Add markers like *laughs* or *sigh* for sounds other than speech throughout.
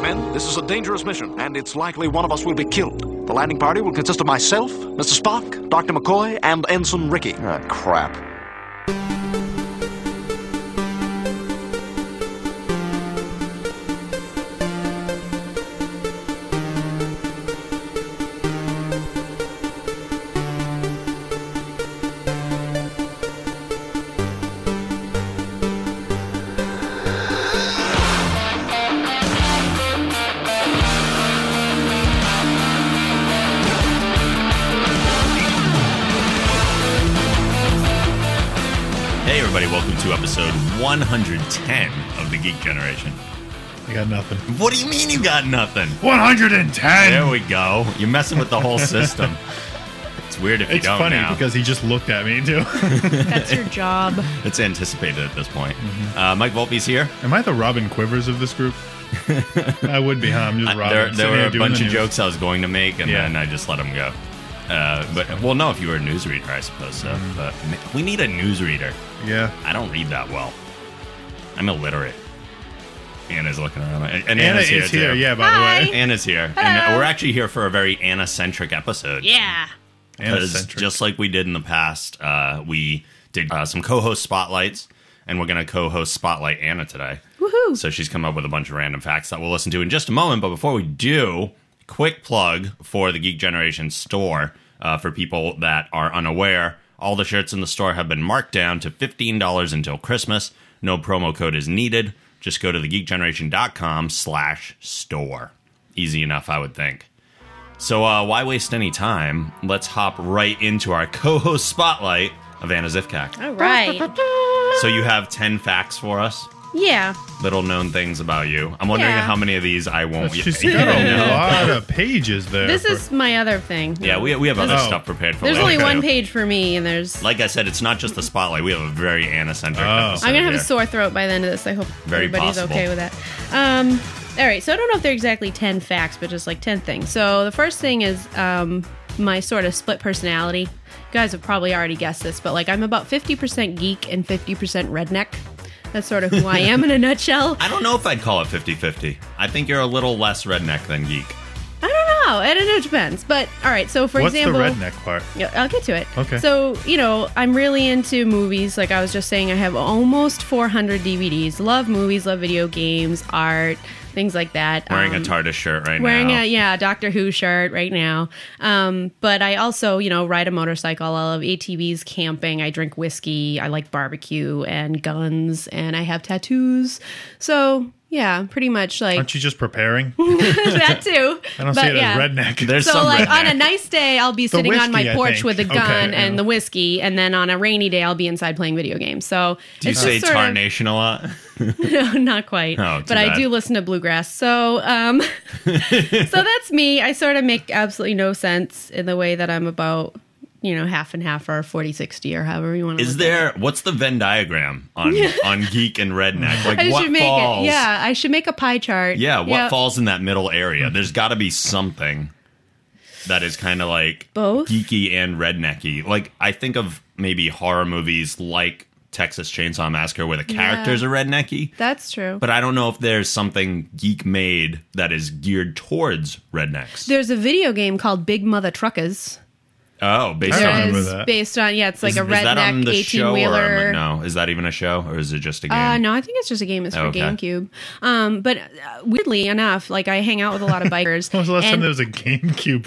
Men, this is a dangerous mission, and it's likely one of us will be killed. The landing party will consist of myself, Mr. Spock, Dr. McCoy, and Ensign Ricky. Ah, crap. Hey, everybody, welcome to episode 110 of The Geek Generation. I got nothing. What do you mean you got nothing? 110. There we go. You're messing with the whole *laughs* system. It's weird if you It's don't. funny now. because he just looked at me too. *laughs* *laughs* That's your job. it's anticipated at this point. Mm-hmm. Uh, Mike Volpe's here. Am I the Robin Quivers of this *laughs* group? I would be, huh? I'm just I- Robin. Uh, there sitting there were here a doing the bunch of news. jokes I was going to make, and Yeah. then I just let them go. Uh, but well, no, if you were a newsreader, I suppose so. Mm-hmm. But ma- we need a newsreader. Yeah. I don't read that well. I'm illiterate. Anna's looking around, and, and Anna Anna's here, is here, too. yeah, by Hi. the way. Anna's here, and we're actually here for a very Anna-centric episode. Yeah. Because Anna-centric. just like we did in the past, uh, we did uh, some co-host spotlights, and we're going to co-host spotlight Anna today. Woohoo. So she's come up with a bunch of random facts that we'll listen to in just a moment. But before we do, quick plug for the Geek Generation store uh, for people that are unaware. All the shirts in the store have been marked down to $15 until Christmas. No promo code is needed. Just go to thegeekgeneration.com slash store. Easy enough, I would think. So uh, why waste any time? Let's hop right into our *laughs* co-host spotlight of Anna Zivkak. All right. So you have 10 facts for us? Yeah. little known things about you. I'm wondering Yeah. how many of these I won't *laughs* She's even got a know. lot of pages there. This for- is my other thing. Yeah, we, we have other Oh. stuff prepared for *laughs* There's later. only Okay. one page for me, and there's. Like I said, it's not just the spotlight. We have a very Anna-centric Oh. episode I'm gonna have here. a sore throat by the end of this. I hope Very everybody's possible. okay with that. Um, all right. So I don't know if they're exactly ten facts, but just like ten things. So the first thing is um, my sort of split personality. You guys have probably already guessed this, but like I'm about 50% geek and 50% redneck. That's sort of who I *laughs* am in a nutshell. I don't know if I'd call it 50-50. I think you're a little less redneck than geek. I don't know. I don't know. It depends. But all right. So for What's example, the redneck part? Yeah, I'll get to it. Okay. So, you know, I'm really into movies. Like I was just saying, I have almost 400 DVDs. Love movies, love video games, art, things like that. Wearing Um, a TARDIS shirt right Wearing now. a yeah Doctor Who shirt right now, um, but I also you know ride a motorcycle. I love ATVs, camping. I drink whiskey. I like barbecue and guns, and I have tattoos. So yeah, pretty much like Aren't you just preparing? *laughs* that too. *laughs* I don't see it as redneck. There's So some like redneck. on a nice day, I'll be sitting on whiskey, my I porch think. with a Okay, gun yeah. and the whiskey, and then on a rainy day, I'll be inside playing video games. So Do you it's say just sort of- tarnation a lot? *laughs* no, not quite. Oh, too but bad. I do listen to bluegrass. So, um, *laughs* so that's me. I sort of make absolutely no sense in the way that I'm about, you know, half and half or 40 60 or however you want to. Is there what's the Venn diagram *laughs* on on geek and redneck? Like I what should make falls? it. Yeah, I should make a pie chart. Yeah, what Yep. falls in that middle area? There's got to be something that is kind of like Both? geeky and rednecky. Like I think of maybe horror movies like Texas Chainsaw Massacre where the characters are rednecky, That's true. but I don't know if there's something geek made that is geared towards rednecks. there's a video game called Big Mother Truckers. oh, based I There on remember is that. based on yeah, it's like is, a is that on redneck the eighteen show or wheeler. am I- no? Is that even a show or is it just a game? Uh, no, I think it's just a game. Oh, It's for Okay. GameCube. Um, but uh, weirdly enough, like I hang out with a lot of *laughs* bikers. *laughs* When was the last time and there was a GameCube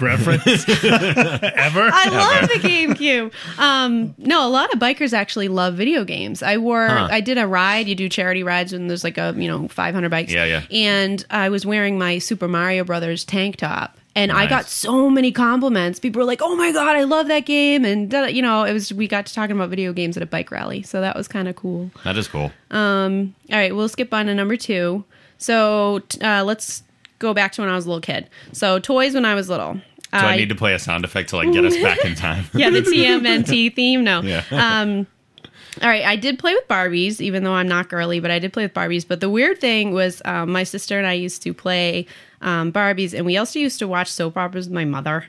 *laughs* reference? Ever? I love the GameCube. Um, no, a lot of bikers actually love video games. I wore, Huh. I did a ride. You do charity rides, and there's like a you know 500 bikes. Yeah, yeah. And I was wearing my Super Mario Brothers tank top. And I Nice. got so many compliments. People were like, "Oh my god, I love that game!" And da- you know, it was we got to talking about video games at a bike rally, so that was kind of cool. That is cool. Uh, All right, we'll skip on to number two. So t- uh, let's go back to when I was a little kid. So toys when I was little. Do I, need to play a sound effect to like get us back in time? *laughs* Yeah, the TMNT theme. No. *laughs* Yeah. Um, all right, I did play with Barbies, even though I'm not girly, but I did play with Barbies. But the weird thing was, um, my sister and I used to play um, Barbies, and we also used to watch soap operas with my mother.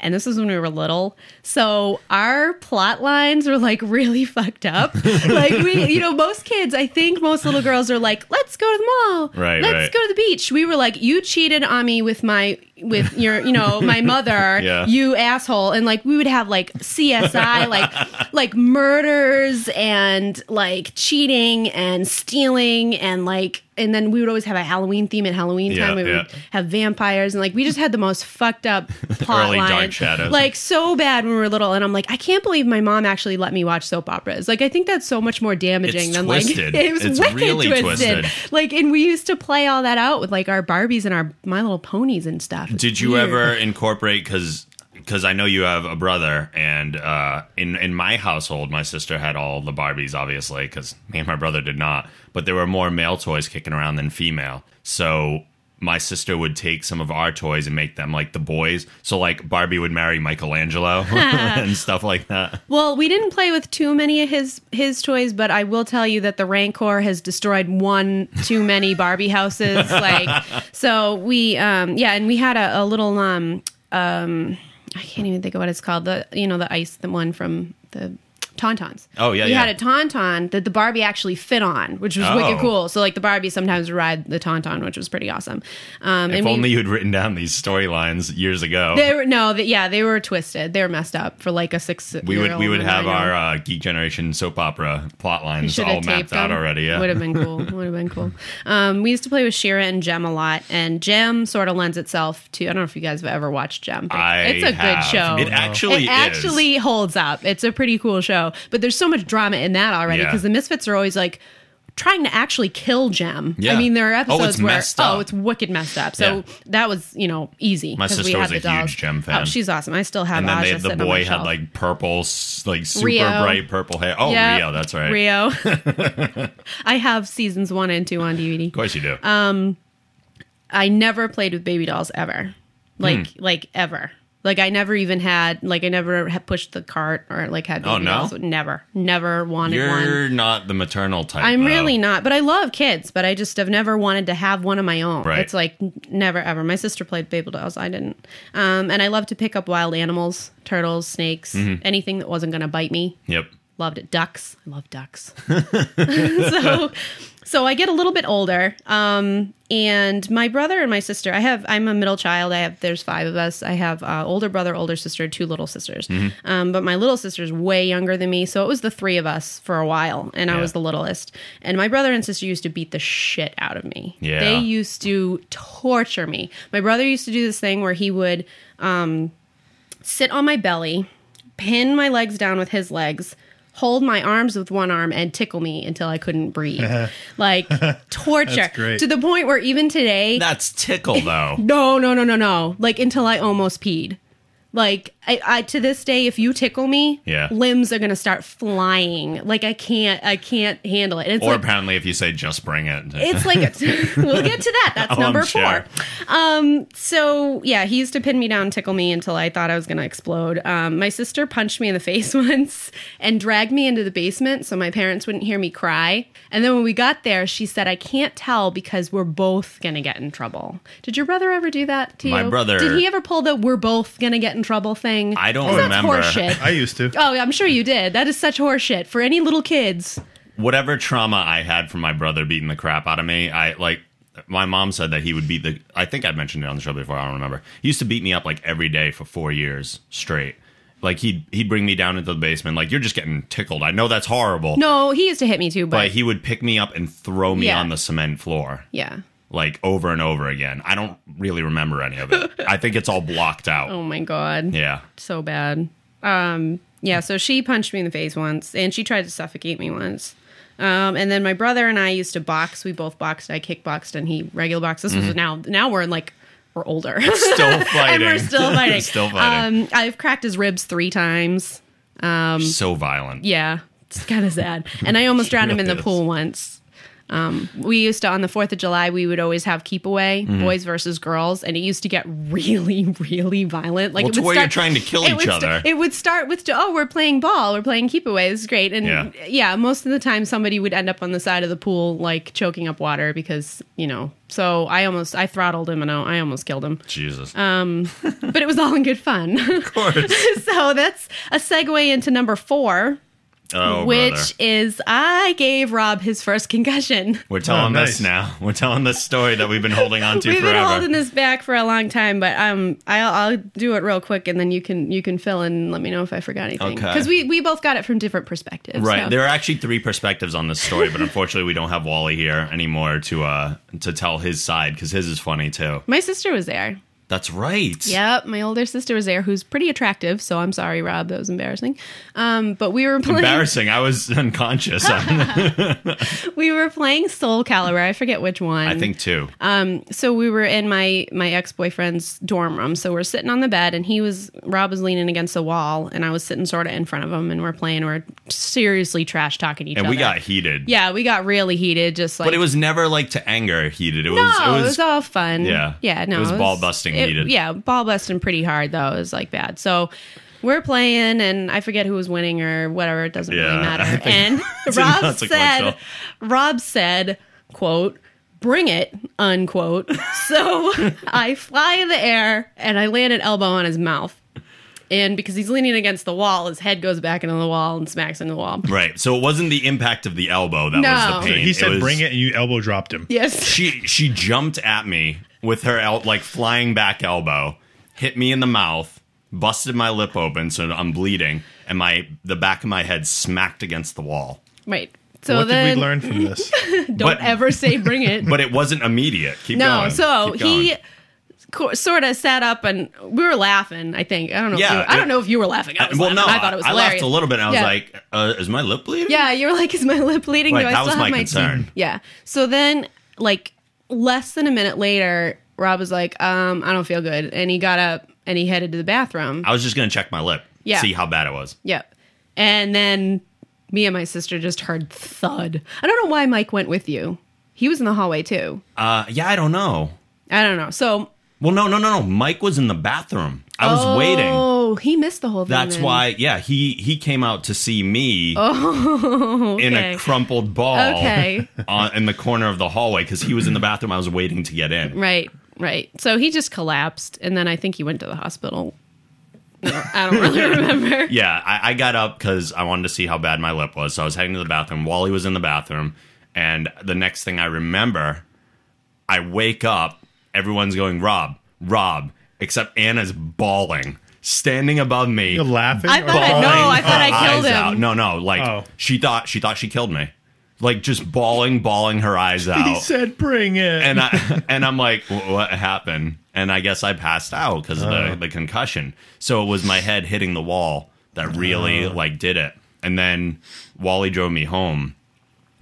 and this was when we were little. So our plot lines were like really *laughs* *laughs* fucked up. like we, you know, most kids, I think most little girls are like, "Let's go to the mall. Right, Let's right. go to the beach." We were like, "You cheated on me with my with your, *laughs* you know, my mother. Yeah. You asshole." And like we would have like *laughs* CSI like like murders and like cheating and stealing and like and then we would always have a Halloween theme at Halloween Yeah, time. we yeah. would have vampires and like we just had the most fucked up *laughs* plot Early Dark line, Shadows. Like so bad when we were little, and I'm like, I can't believe my mom actually let me watch soap operas. Like I think that's so much more damaging It's than twisted. like *laughs* it was It's wicked really twisted. twisted. Like and we used to play all that out with like our Barbies and our My Little Ponies and stuff. It's Did you weird. ever incorporate because because I know you have a brother and uh, in in my household my sister had all the Barbies obviously because me and my brother did not but there were more male toys kicking around than female so my sister would take some of our toys and make them like the boys so like Barbie would marry Michelangelo *laughs* *laughs* and stuff like that Well, we didn't play with too many of his his toys, but I will tell you that the Rancor has destroyed one too many *laughs* Barbie houses. like, so we, um, yeah, and we had a, a little, um, um, I can't even think of what it's called. The you know the ice, the one from the Tauntauns. Oh, yeah, we yeah. had a Tauntaun that the Barbie actually fit on, which was wicked Oh. cool. So like the Barbie sometimes ride the Tauntaun, which was pretty awesome. Um, if and we- only you'd written down these storylines years ago they were no, that yeah, they were twisted. They were messed up for like a six. we would we would have our uh, geek generation soap opera plot lines Should all have mapped taped out them. already yeah Would have *laughs* been cool. Would have been cool. Um, we used to play with Shira and Gem a lot, and Gem sort of lends itself to. I don't know if you guys have ever watched Gem. But I it's a have. good show. It actually it is. actually holds up. It's a pretty cool show, but there's so much drama in that already Yeah. because the Misfits are always like trying to actually kill Gem. Yeah. I mean, there are Oh, it's episodes where messed up. oh, it's wicked messed up. So Yeah. that was you know easy. My 'cause we sister had was the a huge dolls. Gem fan. Oh, she's awesome. I still have. and then Aja they, the sitting on my boy had shelf. like purple, s- like super Rio. bright purple hair. Oh, Yeah, Rio, that's right. Of Rio. *laughs* I have seasons one and two on DVD. course you do. Um, I never played with baby dolls ever, like Hmm. like ever. Like I never even had like I never had pushed the cart or like had baby Oh, no? dolls. Never, never wanted You're Oh. one. not the maternal type. I'm though. really not, but I love kids. But I just have never wanted to have one of my own. Right. It's like n- never ever. My sister played baby dolls. I didn't. Um, and I love to pick up wild animals, turtles, snakes, Mm-hmm. anything that wasn't going to bite me Yep. loved it. Ducks, I love *laughs* ducks. *laughs* so, so I get a little bit older, um, and my brother and my sister. I have. I'm a middle child. I have. There's five of us. I have uh, older brother, older sister, two little sisters. Mm-hmm. Um, but my little sister's way younger than me, so it was the three of us for a while, and I Yeah. was the littlest. And my brother and sister used to beat the shit out of me. Yeah. They used to torture me. My brother used to do this thing where he would um, sit on my belly, pin my legs down with his legs, hold my arms with one arm, and tickle me until I couldn't breathe. like torture. That's great. To the point where even today, That's tickle *laughs* though. no, no, no, no, no. Like until I almost peed. Like I, I to this day, if you tickle me, Yeah. limbs are gonna start flying. Like I can't, I can't handle it. And It's or like, apparently, if you say just bring it, it's like a, *laughs* we'll get to that. That's Oh, I'm number sure. four. Um, so yeah, he used to pin me down, and tickle me until I thought I was gonna explode. Um, my sister punched me in the face *laughs* once and dragged me into the basement so my parents wouldn't hear me cry. And then when we got there, she said, "I can't tell because we're both gonna get in trouble." Did your brother ever do that to My you? brother- Did he ever pull the "we're both gonna get in trouble" thing? I don't 'Cause remember. *laughs* That's horseshit. I used to. Oh, I'm sure you did. That is such horseshit for any little kids. whatever trauma I had from my brother beating the crap out of me, I like my mom said that he would beat the I think I mentioned it on the show before, I don't remember. He used to beat me up like every day for four years straight. Like he'd he'd bring me down into the basement, like you're just getting tickled. I know that's horrible. No, he used to hit me too, But he would pick me up and throw me Yeah. on the cement floor. yeah. Like over and over again. I don't really remember any of *laughs* it. I think it's all blocked out. Oh my god. Yeah. So bad. Um yeah, so she punched me in the face once and she tried to suffocate me once. Um, and then my brother and I used to box. We both boxed. I kickboxed and he regular boxed. This was now now we're in like we're older. Mm-hmm. Still fighting. *laughs* and *laughs* we're still fighting. Still fighting. Um I've cracked his ribs 3 times. Um, so violent. *laughs* Yeah. It's kind of sad. And I almost drowned him in the Yes. pool once. Um, we used to on the Fourth of July we would always have keep away Mm-hmm. boys versus girls, and it used to get really, *laughs* really violent. Like Well, it to would where you're start- trying to kill it each would sta- other. it would start with oh we're playing ball, we're playing keep away. This is great, and Yeah. yeah. most of the time somebody would end up on the side of the pool like choking up water because you know. So I almost I throttled him and I almost killed him, Jesus. Um, but it was all in good fun. *laughs* of course. so that's a segue into number four. Oh, which brother. is I gave Rob his first concussion. We're telling Oh, this nice. now. *laughs* We're telling this story that we've been holding on to *laughs* We've forever. been holding this back for a long time, but um, I'll, I'll do it real quick, and then you can you can fill in and let me know if I forgot anything. Okay. Because we, we both got it from different perspectives. Right. so- There are actually three perspectives on this story, but unfortunately, we don't have Wally here anymore to uh to tell his side because his is funny too. My sister was there. That's right. Yep, my older sister was there, who's pretty attractive. So I'm sorry, Rob, that was embarrassing. Um, but we were *laughs* playing. Embarrassing. I was unconscious. *laughs* I We were playing Soul Calibur. I forget which one. think too. Um, so we were in my my ex-boyfriend's dorm room so we're sitting on the bed and he was rob was leaning against the wall and i was sitting sort of in front of him and we're playing we're seriously trash talking each and other we got heated. yeah we got really heated just like But it was never like to anger heated. It no, was. It was. all fun. Yeah. yeah, no, It was ball-busting it- needed. Yeah, ball busting pretty hard though. It was like bad. So we're playing, and I forget who was winning or whatever. It doesn't Yeah, *laughs* really I matter. think And it's Rob inconsequential. said, Rob said, "quote." Bring it, *laughs* unquote. So I fly in the air and I land an elbow on his mouth. And because he's leaning against the wall, his head goes back into the wall and smacks into the wall. Right. So it wasn't the impact of the elbow that No. was So the pain. He said, was- "Bring it," and you elbow dropped him. Yes. She she jumped at me with her el- like flying back elbow, hit me in the mouth, busted my lip open, so I'm bleeding, and my the back of my head smacked against the wall. Right. So what then did we learn from *laughs* this? don't But- ever say bring it. But it wasn't immediate. Keep No, going. so Keep he going. co- sort of sat up and we were laughing. I think I don't know. Yeah, if you, I it- don't know if you were laughing. I Uh, was well, laughing. no, I thought it was hilarious. laughed a little bit. and I was Yeah. like, uh, "Is my lip bleeding?" "Yeah, you were like, is my lip bleeding? Right, Do I that still was have my my concern. teeth?" Yeah. So then, like less than a minute later, Rob was like, "Um, I don't feel good," and he got up and he headed to the bathroom. I was just gonna check my lip, Yeah. see how bad it was. Yep. And then me and my sister just heard thud. I don't know why Mike went with you. He was in the hallway too. Uh, yeah, I don't know. I don't know. So Well, no, no, no, no. Mike was in the bathroom. I was waiting. Oh, he missed the whole thing. That's then. why, yeah, he he came out to see me in a Oh, *laughs* okay. crumpled ball Okay. *laughs* on, in the corner of the hallway because he was in the bathroom. I was waiting to get in. Right, right. So he just collapsed, and then I think he went to the hospital. No, I *laughs* don't really remember. Yeah, I, I got up because I wanted to see how bad my lip was. So I was heading to the bathroom. Wally was in the bathroom, and the next thing I remember, I wake up. Everyone's going Rob, Rob, except Anna's bawling, standing above me. You're laughing. Oh, I or thought I- bawling? no, I thought I her killed eyes him. out. No, no, like Oh. she thought she thought she killed me. Like just bawling, bawling her *laughs* eyes out. He said, "Bring it." and I and I'm like, "Wh- what happened? And I guess I passed out because of the, the concussion. So it was my head hitting the wall that really like did it. And then Wally drove me home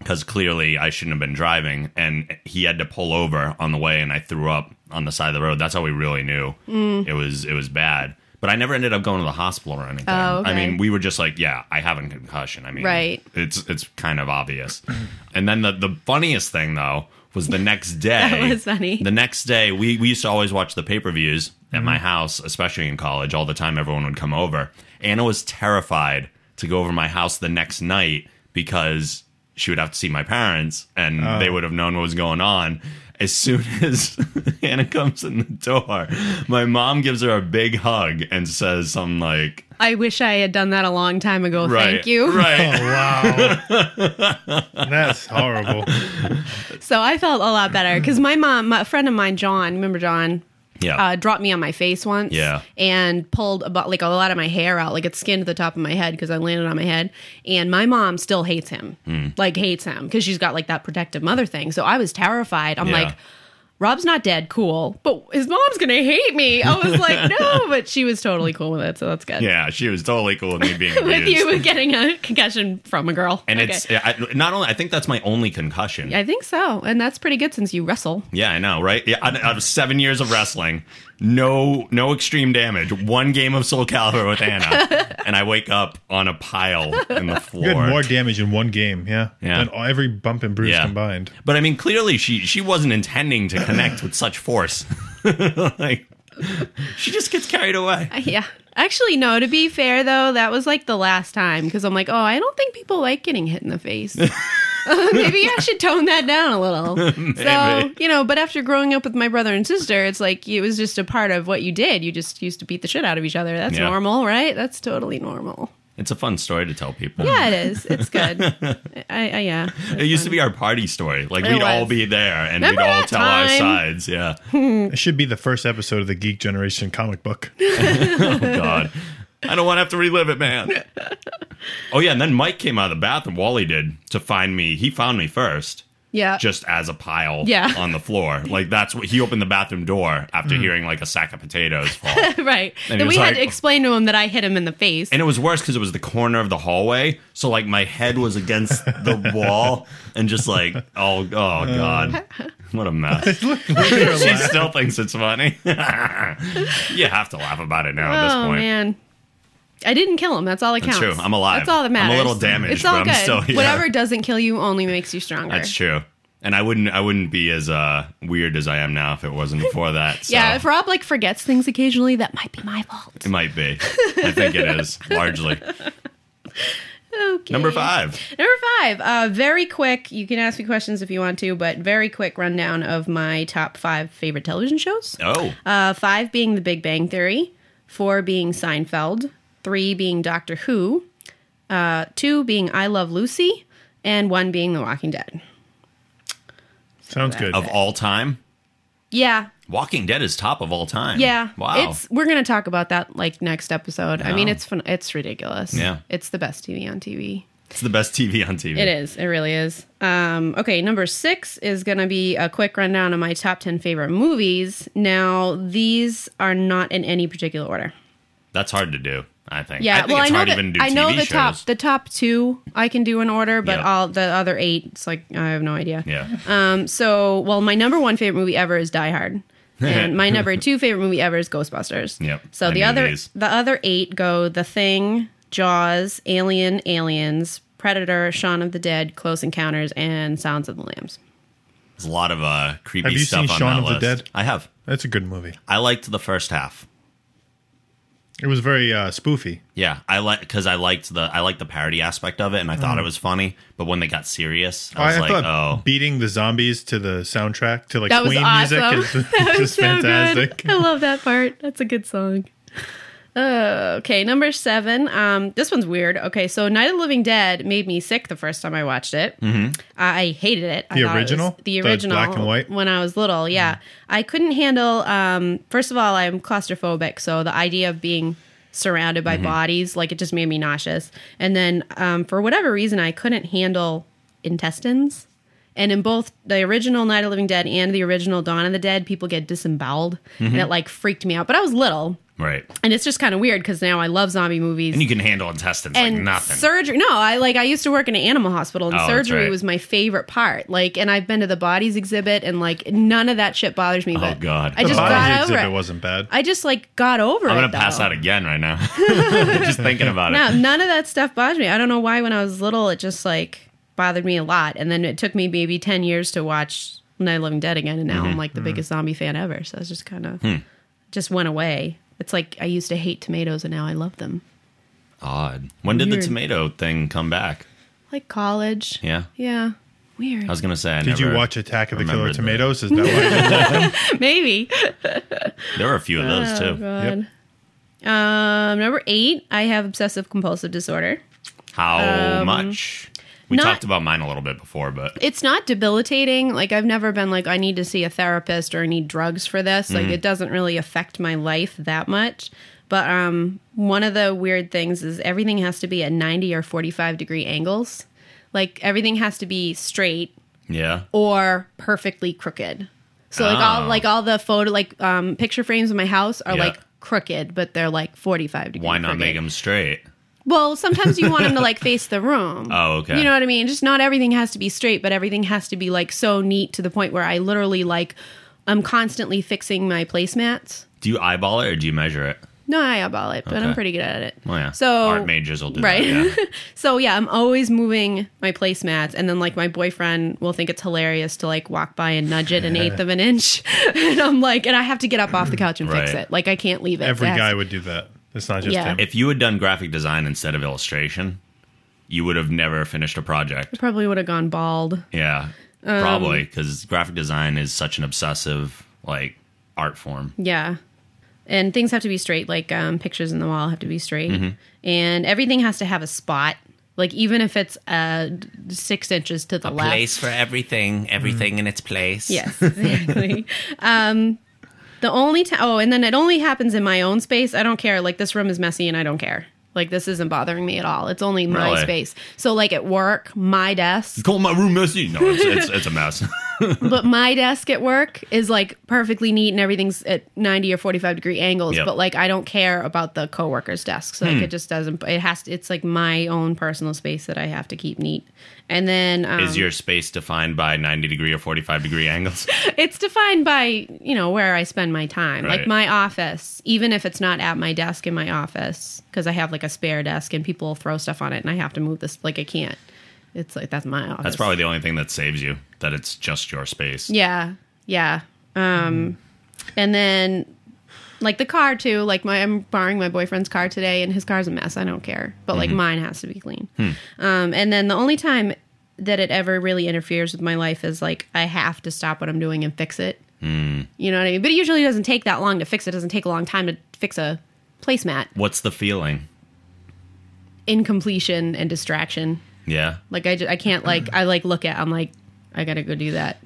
because clearly I shouldn't have been driving, and he had to pull over on the way, and I threw up on the side of the road. That's how we really knew Mm. it was it was bad. But I never ended up going to the hospital or anything. Oh, okay. I mean, we were just like, yeah, I have a concussion. I mean, Right. It's it's kind of obvious. and then the the funniest thing though was the next day. *laughs* That was funny. The next day, we we used to always watch the pay per views at my house, especially in college. All the time, everyone would come over. Anna was terrified to go over to my house the next night because she would have to see my parents, and they would have known what was going on. As soon *laughs* as Anna comes in the door, my mom gives her a big hug and says something like, I wish I had done that a long time ago. *laughs* Thank you. Right. wow, that's horrible. So I felt a lot better because my mom, my, a friend of mine, John, remember John? Yeah. Uh, dropped me on my face once Yeah. and pulled about like a lot of my hair out like it skinned the top of my head because i landed on my head and my mom still Hmm. hates him like hates him because she's got like that protective mother thing so i was terrified i'm Yeah. like Rob's not dead, cool, but his mom's gonna hate me. I *laughs* was like, no, but she was totally cool with it, so that's good. Yeah, she was totally cool with me being *laughs* With abused. you with getting a concussion from a girl, And Okay. it's I, not only I think that's my only concussion. I think so, and that's pretty good since you wrestle. Yeah, I know, right? Yeah, out out of seven years of wrestling, no, no extreme damage. One game of Soul Calibur with *laughs* Anna, and I wake up on a pile in the floor. You had more damage in one game, yeah, Yeah. than every bump and bruise Yeah. combined. But I mean, clearly she she wasn't intending to connect with such force. *laughs* like she just gets carried away. *laughs* Yeah. Actually, no, to be fair, though, that was like the last time because I'm like, oh, I don't think people like getting hit in *laughs* the face. Uh, Maybe I should tone that down a little. So, Maybe. you know, but after growing up with my brother and sister, it's like it was just a part of what you did. You just used to beat the shit out of each other. That's Yeah. normal, right? That's totally normal. It's a fun story to tell people. Yeah, it *laughs* is. It's good. I, I yeah. It used to be our party story. Like It we'd all was. be there and Remember we'd all that tell our time? sides. Yeah. It should be the first episode of the Geek Generation *laughs* comic book. Oh, *laughs* God. I don't want to have to relive it, man. oh yeah, and then Mike came out of the bathroom, Wally did, to find me. He found me first. Yeah. Just as a pile *laughs* Yeah. Mm. on the floor. Like that's what he opened the bathroom door after hearing like a sack of potatoes fall. *laughs* *laughs* right. And he Then was we like- had to explain to him that I hit him in the face. and it was worse because it was the corner of the hallway. So like my head was against *laughs* the wall and just like oh oh *laughs* god, what a mess. *laughs* she still thinks it's funny. *laughs* you have to laugh about it now at this oh point. man. I didn't kill him. That's all that That's counts. true. I'm alive. That's all that I'm a matters. little damaged, It's all but I'm good. still here. Whatever doesn't kill you only makes you stronger. That's true. And I wouldn't I wouldn't be as uh, weird as I am now if it wasn't for that. So *laughs* Yeah, if Rob like forgets things occasionally, that might be my fault. it might be. I think it *laughs* is largely Okay. number five. Number five. Uh, very quick. You can ask me questions if you want to, but very quick rundown of my top five favorite television shows. Oh, Uh, five being The Big Bang Theory, four being Seinfeld, three being Doctor Who, uh, two being I Love Lucy, and one being The Walking Dead. Sounds good. of all time, Yeah, Walking Dead is top of all time. Yeah. Wow. It's we're gonna talk about that like next episode. I mean, Wow. it's fun. It's ridiculous. Yeah. It's the best TV on TV. It's the best TV on TV. It is. It really is. Um, okay, number six is gonna be a quick rundown of my top ten favorite movies. Now, these are not in any particular order. That's hard to do. I think. Yeah. I think well, it's I know hard that, even to do I know TV the shows. top the top two I can do in order, but Yeah. all the other eight, it's like I have no idea. yeah. Um, so, well, my number one favorite movie ever is Die Hard, *laughs* and my number two favorite movie ever is Ghostbusters. Yep, So I the knew other these. the other eight go The Thing, Jaws, Alien, Aliens, Predator, Shaun of the Dead, Close Encounters, and Sounds of the Lambs. There's a lot of uh, creepy Have you stuff seen on Shaun that of the list. Dead? I have. That's a good movie. I liked the first half. It was very uh, spoofy. Yeah, I like because I liked the I liked the parody aspect of it, and I thought it was funny. But when they got serious, I was I, I like, thought oh, beating the zombies to the soundtrack to like That was Queen awesome. music is *laughs* that was just so fantastic. *laughs* good. I love that part. That's a good song. Uh, okay, number seven. Um, this one's weird. Okay, so Night of the Living Dead made me sick the first time I watched it. Mm-hmm. I hated it. I The thought it was- original? the The original, black and white? Hmm. When I was little, yeah, I couldn't handle. Um, first of all, I'm claustrophobic, so the idea of being surrounded by Mm-hmm. bodies, like it just made me nauseous. And then, um, for whatever reason, I couldn't handle intestines. And in both the original Night of the Living Dead and the original Dawn of the Dead, people get disemboweled, Mm-hmm. and it like freaked me out. But I was little, right. and it's just kind of weird because now I love zombie movies And you can handle intestines and like nothing. surgery. No, I like I used to work in an animal hospital, and Oh, that's surgery right. was my favorite part. Like, and I've been to the bodies exhibit, and like none of that shit bothers me. Oh but God. I The just Body got over exhibit it. wasn't bad. I just like got over I'm it. gonna pass though. out again right now. *laughs* Just thinking about No, it. none of that stuff bothers me. I don't know why when I was little it just like bothered me a lot, and then it took me maybe ten years to watch Night of the Living Dead again, and now Mm-hmm. I'm like the biggest zombie fan ever. So it's just kind of Hmm. just went away. It's like I used to hate tomatoes, and now I love them. Odd. When did the Weird. tomato thing come back? Like college. Yeah. Yeah. Weird. I *laughs* was gonna say. I Did you never- watch Attack of the Killer remembered that. Tomatoes? Is that why? Maybe. There were a few of those Oh, too. God. Um, number eight, I have obsessive compulsive disorder. How much? We not- talked about mine a little bit before, but It's not debilitating. Like I've never been like I need to see a therapist or I need drugs for this. Like Mm-hmm. it doesn't really affect my life that much. But um, one of the weird things is everything has to be at ninety or forty-five degree angles. Like everything has to be straight yeah. or perfectly crooked. So like all Oh. like all the photo like um picture frames in my house are Yeah. like crooked, but they're like 45 degrees. Why not make them straight? Well, sometimes *laughs* you want them to like face the room. Oh, okay. You know what I mean? Just not everything has to be straight, but everything has to be like so neat to the point where I literally like I'm constantly fixing my placemats. Do you eyeball it or do you measure it? No, I eyeball it, but Okay. I'm pretty good at it. Well, yeah. So art majors will do right. that. Yeah. *laughs* so yeah, I'm always moving my placemats, and then like my boyfriend will think it's hilarious to like walk by and *laughs* nudge it an eighth of an inch, *laughs* and I'm like, and I have to get up off the couch and fix Right. it. Like I can't leave it. Every It has guy to- would do that. It's not just Yeah. him. If you had done graphic design instead of illustration, you would have never finished a project. probably would have gone bald. Yeah, probably because graphic design is such an obsessive like art form. Yeah. And things have to be straight, like um, pictures in the wall have to be straight. Mm-hmm. And everything has to have a spot. Like even if it's uh, d- six inches to the left. for everything, everything in its place. *laughs* Yes, exactly. um, the only time, oh, and then it only happens in my own space. I don't care. Like this room is messy, and I don't care. Like this isn't bothering me at all. It's only my Really? space. So like at work, my desk, Call my room messy. No, it's, it's, it's a *laughs* mess. but my desk at work is like perfectly neat and everything's at ninety or forty five degree angles. Yep. Hmm. But like I don't care about the coworker's desk. So like it just doesn't. It has. To, it's like my own personal space that I have to keep neat. And then um, is your space defined by 90 degree or 45 degree angles? *laughs* it's defined by you know where I spend my time. Right. Like my office, even if it's not at my desk in my office, because I have like a spare desk and people throw stuff on it, and I have to move this. Like I can't. It's like that's my office. That's probably the only thing that saves you, that it's just your space. Yeah, yeah. Um, and then like the car too. Like my, I'm borrowing my boyfriend's car today, and his car's a mess. I don't care, but like mine has to be clean. Um, and then the only time that it ever really interferes with my life is like I have to stop what I'm doing and fix it. You know what I mean? But it usually doesn't take that long to fix. It doesn't take a long time to fix a placemat. What's the feeling? Incompletion and distraction. Yeah. Like I, ju- I can't like I like look at. I'm like I gotta go do that.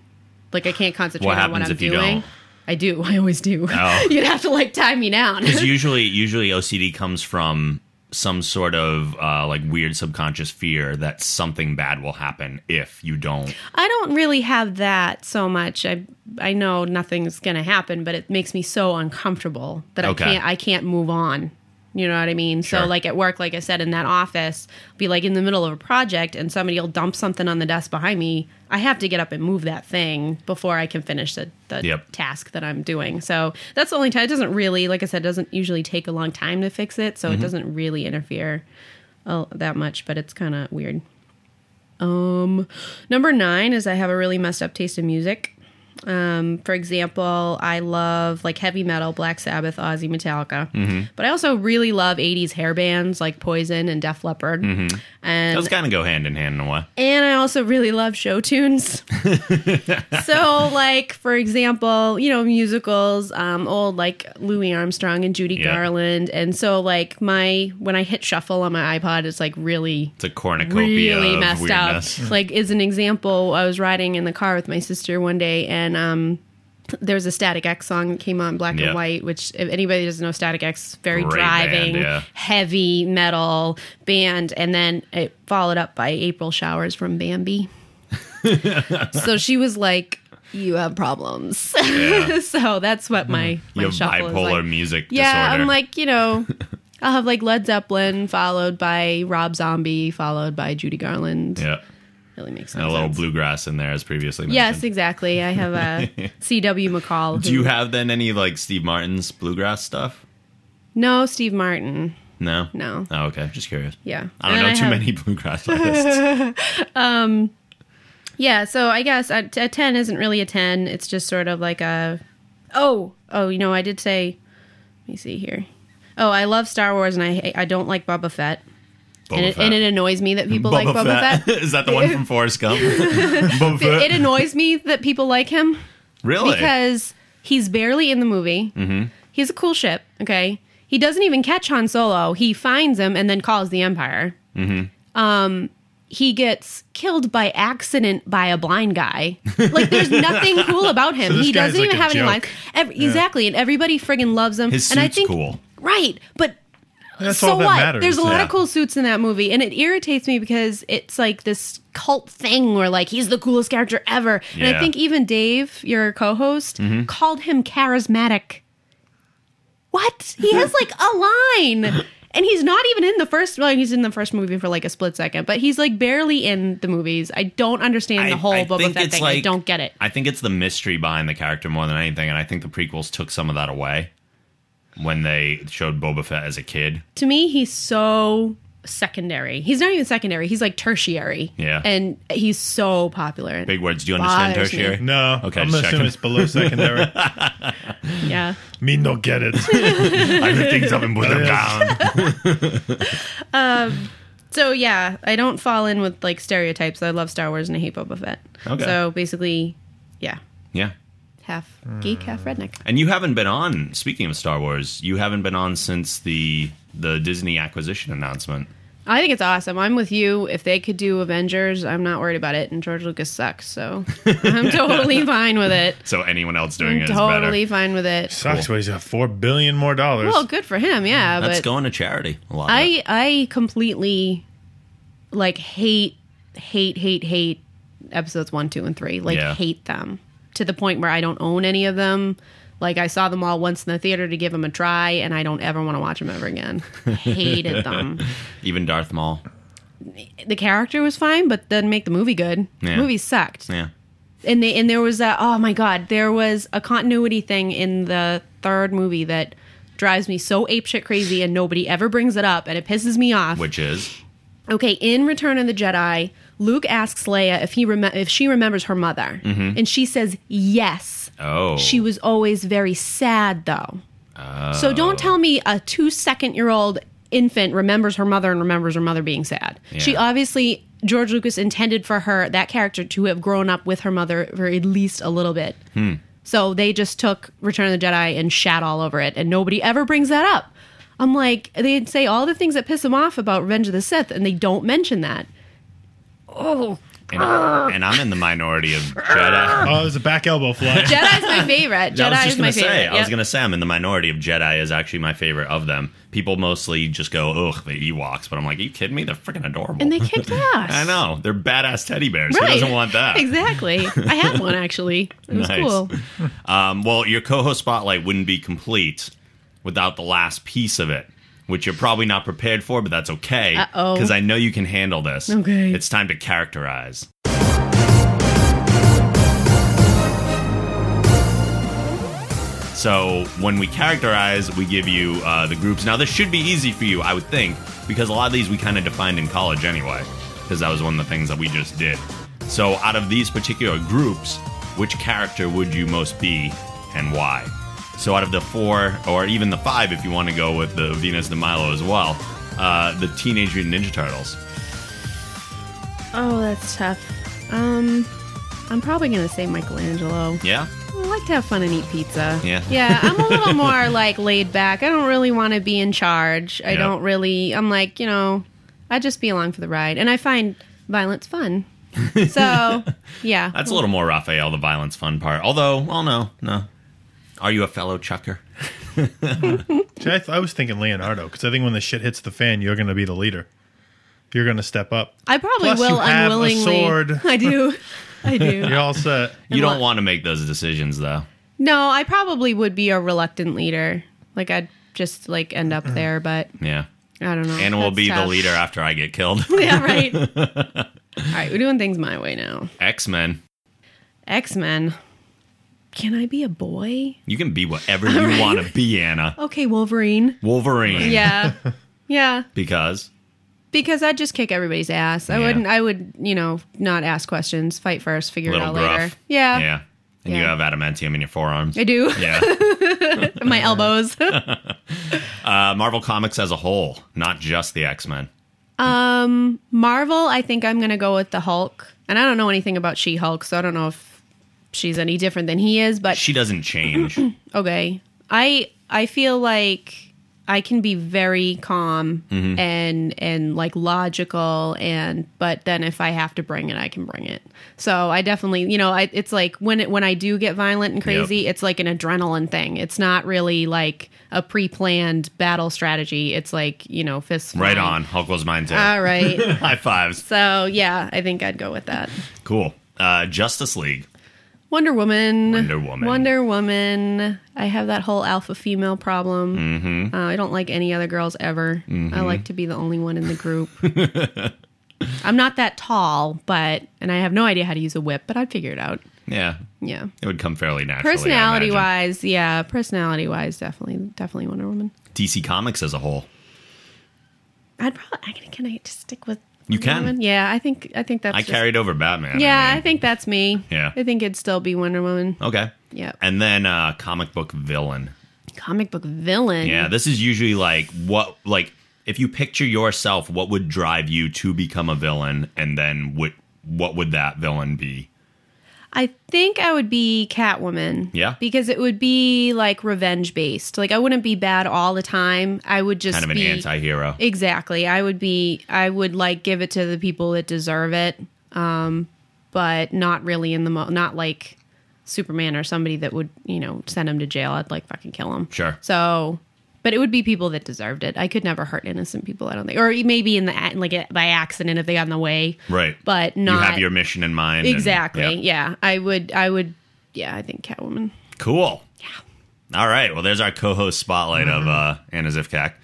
Like I can't concentrate What on what happens I'm if you doing. don't? I do. *laughs* I always do. Oh. *laughs* You'd have to like tie *laughs* me down. Because usually, usually OCD comes from some sort of uh, like weird subconscious fear that something bad will happen if you don't. I don't really have that so much. I I know nothing's gonna happen, but it makes me so uncomfortable that Okay. I can't I can't move on. You know what I mean? Sure. So like at work, like I said in that office, be like in the middle of a project and somebody'll dump something on the desk behind me. I have to get up and move that thing before I can finish the, the Yep. task that I'm doing. So that's the only time it doesn't really like I said, it doesn't usually take a long time to fix it. Mm-hmm. So it doesn't really interfere uh, that much, but it's kinda weird. Um, number nine is I have a really messed up taste in music. Um, for example, I love like heavy metal, Black Sabbath, Ozzy, Metallica, Mm-hmm. but I also really love '80s hair bands like Poison and Def Leppard, and Mm-hmm. Those kind of go hand in hand in a way. and I also really love *laughs* show tunes. so, like for example, you know musicals, um, old like Louis Armstrong and Judy Yeah. Garland, and so like my when I hit shuffle on my iPod, it's like really It's a cornucopia really of messed weirdness. up. Like as an example, I was riding in the car with my sister one day, and um, there was a Static X song that came on Black Yeah. and White. Which, if anybody doesn't know, Static X very Great driving, band, yeah. heavy metal band, and then it followed up by April Showers *laughs* from Bambi. so she was like, "You have problems." Yeah. *laughs* so that's what my my You have shuffle is bipolar like. music Yeah, disorder. I'm like, you know, *laughs* I'll have like Led Zeppelin followed by Rob Zombie followed by Judy Garland. yeah. Really makes no And a sense. little bluegrass in there, as previously mentioned. Yes, exactly. I have *laughs* a C.W. McCall. who- Do you have then any like Steve Martin's bluegrass stuff? no Steve Martin? No. No. Oh, okay. Just curious. Yeah, I don't And know too have- many *laughs* bluegrass artists. Yeah, so I guess a, a ten isn't really a ten. It's just sort of like a oh oh. You know, I did say. Let me see here. Oh, I love Star Wars, and I I don't like Boba Fett, and it, and it annoys me that people like Boba Fett. *laughs* Is that the one from Forrest *laughs* Gump? Boba Fett. It annoys me that people like him. really? Because he's barely in the movie. Mm-hmm. He's a cool ship, okay? He doesn't even catch Han Solo. He finds him and then calls the Empire. Mm-hmm. Um, he gets killed by accident by a blind guy. Like, there's nothing cool about him. this he guy's doesn't like even a have any joke. lines. Ev- Exactly, and everybody friggin' loves him. His and I suit's think, cool. Right, but That's so all that what? matters. There's a lot yeah. of cool suits in that movie, and it irritates me because it's like this cult thing where like he's the coolest character ever. And I Yeah. think even Dave, your co-host, called him charismatic. What? He has like a line. And he's not even in the first. Well, he's in the first movie for like a split second, but he's like barely in the movies. I don't understand the whole Boba Fett thing. I don't get it. I think it's the mystery behind the character more than anything, and I think the prequels took some of that away when they showed Boba Fett as a kid. to me he's so secondary he's not even secondary he's like tertiary Yeah. and he's so popular and Big words. Do you understand Bothers me. tertiary? no. Okay, I'm just gonna assume checking. it's *laughs* below secondary. yeah Me no get *laughs* it. I lift things up and put them down. so yeah i don't fall in with like stereotypes i love star wars and i hate boba fett Okay. so basically yeah Yeah. half geek half redneck And you haven't been on. Speaking of Star Wars, you haven't been on since the the Disney acquisition announcement. i think it's awesome i'm with you if they could do avengers i'm not worried about it and george lucas sucks *laughs* so i'm totally fine with it So anyone else doing i'm it is totally better. fine with it Sucks. Cool. He's got four billion more dollars. well good for him yeah That's but going to charity. A lot. of it. I I completely like hate hate hate hate episodes one, two, and three. Like Yeah. hate them to the point where I don't own any of them. Like I saw them all once in the theater to give them a try, and I don't ever want to watch them *laughs* ever again. Hated them. even Darth Maul. The character was fine, but didn't make the movie good. Yeah. The movie sucked Yeah. and they and there was that oh my god there was a continuity thing in the third movie that drives me so apeshit crazy and nobody ever brings it up and it pisses me off Which is okay in return of the jedi luke asks leia if he rem- if she remembers her mother and she says yes oh she was always very sad though so don't tell me a two second year old infant remembers her mother and remembers her mother being sad she Yeah. obviously george lucas intended for her that character to have grown up with her mother for at least a little bit Hmm. so they just took return of the jedi and shat all over it and nobody ever brings that up i'm like they'd say all the things that piss them off about revenge of the sith and they don't mention that and, and I'm in the minority *laughs* of Jedi. Oh, oh, there's a back elbow fly. *laughs* jedi's my favorite jedi I was just is my gonna favorite say, I was Yep. gonna say, I'm in the minority of Jedi is actually my favorite of them. People mostly just go, ugh, the Ewoks, but I'm like, you kidding me? They're freaking adorable. and *laughs* they kicked ass I know they're badass teddy bears. Who doesn't want that? *laughs* Exactly. I had one actually. It *laughs* was Nice. cool. Um, well, your co-host spotlight wouldn't be complete without the last piece of it, which you're probably not prepared for, but that's okay Uh-oh. because I know you can handle this. Okay. it's time to characterize. So when we characterize, we give you uh, the groups. Now this should be easy for you, I would think, because a lot of these we kind of defined in college anyway, because that was one of the things that we just did. So out of these particular groups, which character would you most be, and why? So out of the four, or even the five, if you want to go with the Venus de Milo as well, uh, the Teenage Mutant Ninja Turtles. Oh, that's tough. Um, I'm probably gonna say Michelangelo. Yeah, I like to have fun and eat pizza. Yeah. Yeah, I'm *laughs* a little more like laid back. I don't really want to be in charge. I Yeah. don't really. I'm like you know, I just be along for the ride, and I find violence fun. *laughs* So yeah, that's a little more Raphael, the violence fun part. Although, well, no, no. Are you a fellow chucker? See, I, th- I was thinking Leonardo because I think when the shit hits the fan, you're going to be the leader. You're going to step up. I probably Plus, will you have a unwillingly. sword. *laughs* *laughs* I do. I do. You're all *laughs* set. You don't what- want to make those decisions though. No, I probably would be a reluctant leader. Like I'd just like end up there, but Yeah. I don't know. And will That's be the tough. leader after I get killed. *laughs* yeah, right. All right, we're doing things my way now. X Men. X Men. Can I be a boy? You can be whatever you want to be, Anna. Okay, Wolverine. Wolverine. *laughs* Yeah, yeah. Because Because I'd just kick everybody's ass. I Yeah. wouldn't. I would, you know, not ask questions. Fight first. Figure it little out gruff. later. Yeah, Yeah. And you Yeah. have adamantium in your forearms. I do. yeah. *laughs* *laughs* My elbows. Uh, Marvel Comics as a whole, not just the X Men. Marvel, I think I'm going to go with the Hulk. And I don't know anything about She Hulk, so I don't know if she's any different than he is, but She doesn't change. okay. I I feel like I can be very calm Mm-hmm. and and like logical and but then if I have to bring it, I can bring it. So I definitely, you know, I, it's like when it, when I do get violent and crazy, it's like an adrenaline thing. It's not really like a pre-planned battle strategy. It's like you know, fists Right flying. on. Hulk was mine too. All right. *laughs* High fives. so yeah, I think I'd go with that. Cool. Uh, Justice League. Wonder Woman. Wonder Woman. Wonder Woman. I have that whole alpha female problem. Mm-hmm. Uh, I don't like any other girls ever. Mm-hmm. I like to be the only one in the *laughs* group. I'm not that tall, but and I have no idea how to use a whip, but I'd figure it out. Yeah, Yeah. it would come fairly naturally. I Personality imagine. wise, yeah. Personality wise, definitely, definitely Wonder Woman. DC Comics as a whole. I'd probably. I can, can I just stick with. You Wonder can. Woman? Yeah, I think. I think that's. I just- carried over Batman. Yeah, I I mean, think that's me. Yeah. I think it'd still be Wonder Woman. okay. Yeah. And then uh, comic book villain. Comic book villain. Yeah, this is usually like what like if you picture yourself, what would drive you to become a villain, and then what what would that villain be? I think I would be Catwoman. Yeah. Because it would be like revenge based. Like I wouldn't be bad all the time. I would just Kind of an be anti-hero. Exactly. I would be I would like give it to the people that deserve it. Um but not really in the mo- not like Superman or somebody that would, you know, send him to jail. I'd like fucking kill him. Sure. So but it would be people that deserved it. I could never hurt innocent people. I don't think, or maybe in the a- like by accident if they got in the way. Right. But not you have your mission in mind. and- Exactly. yeah. yeah. I would. I would. Yeah, I think Catwoman. Cool. Yeah. All right. Well, there's our co-host spotlight of uh, Anna Zivkak.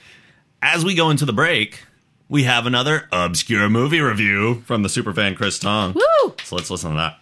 As we go into the break, we have another obscure movie review from the superfan Chris Tong. Woo! So let's listen to that.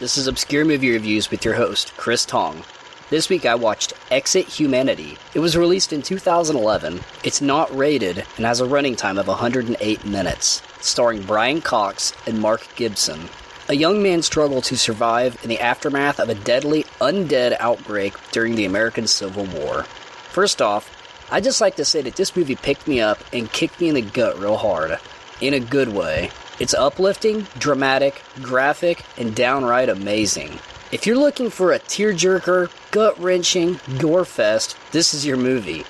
This is Obscure Movie Reviews with your host, Chris Tong. This week I watched Exit Humanity. It was released in 2011. It's not rated and has a running time of 108 minutes, starring Brian Cox and Mark Gibson. A young man's struggle to survive in the aftermath of a deadly undead outbreak during the American Civil War. First off, I just like to say that this movie picked me up and kicked me in the gut real hard. In a good way. It's uplifting, dramatic, graphic, and downright amazing. If you're looking for a tearjerker, gut wrenching, gore fest, this is your movie.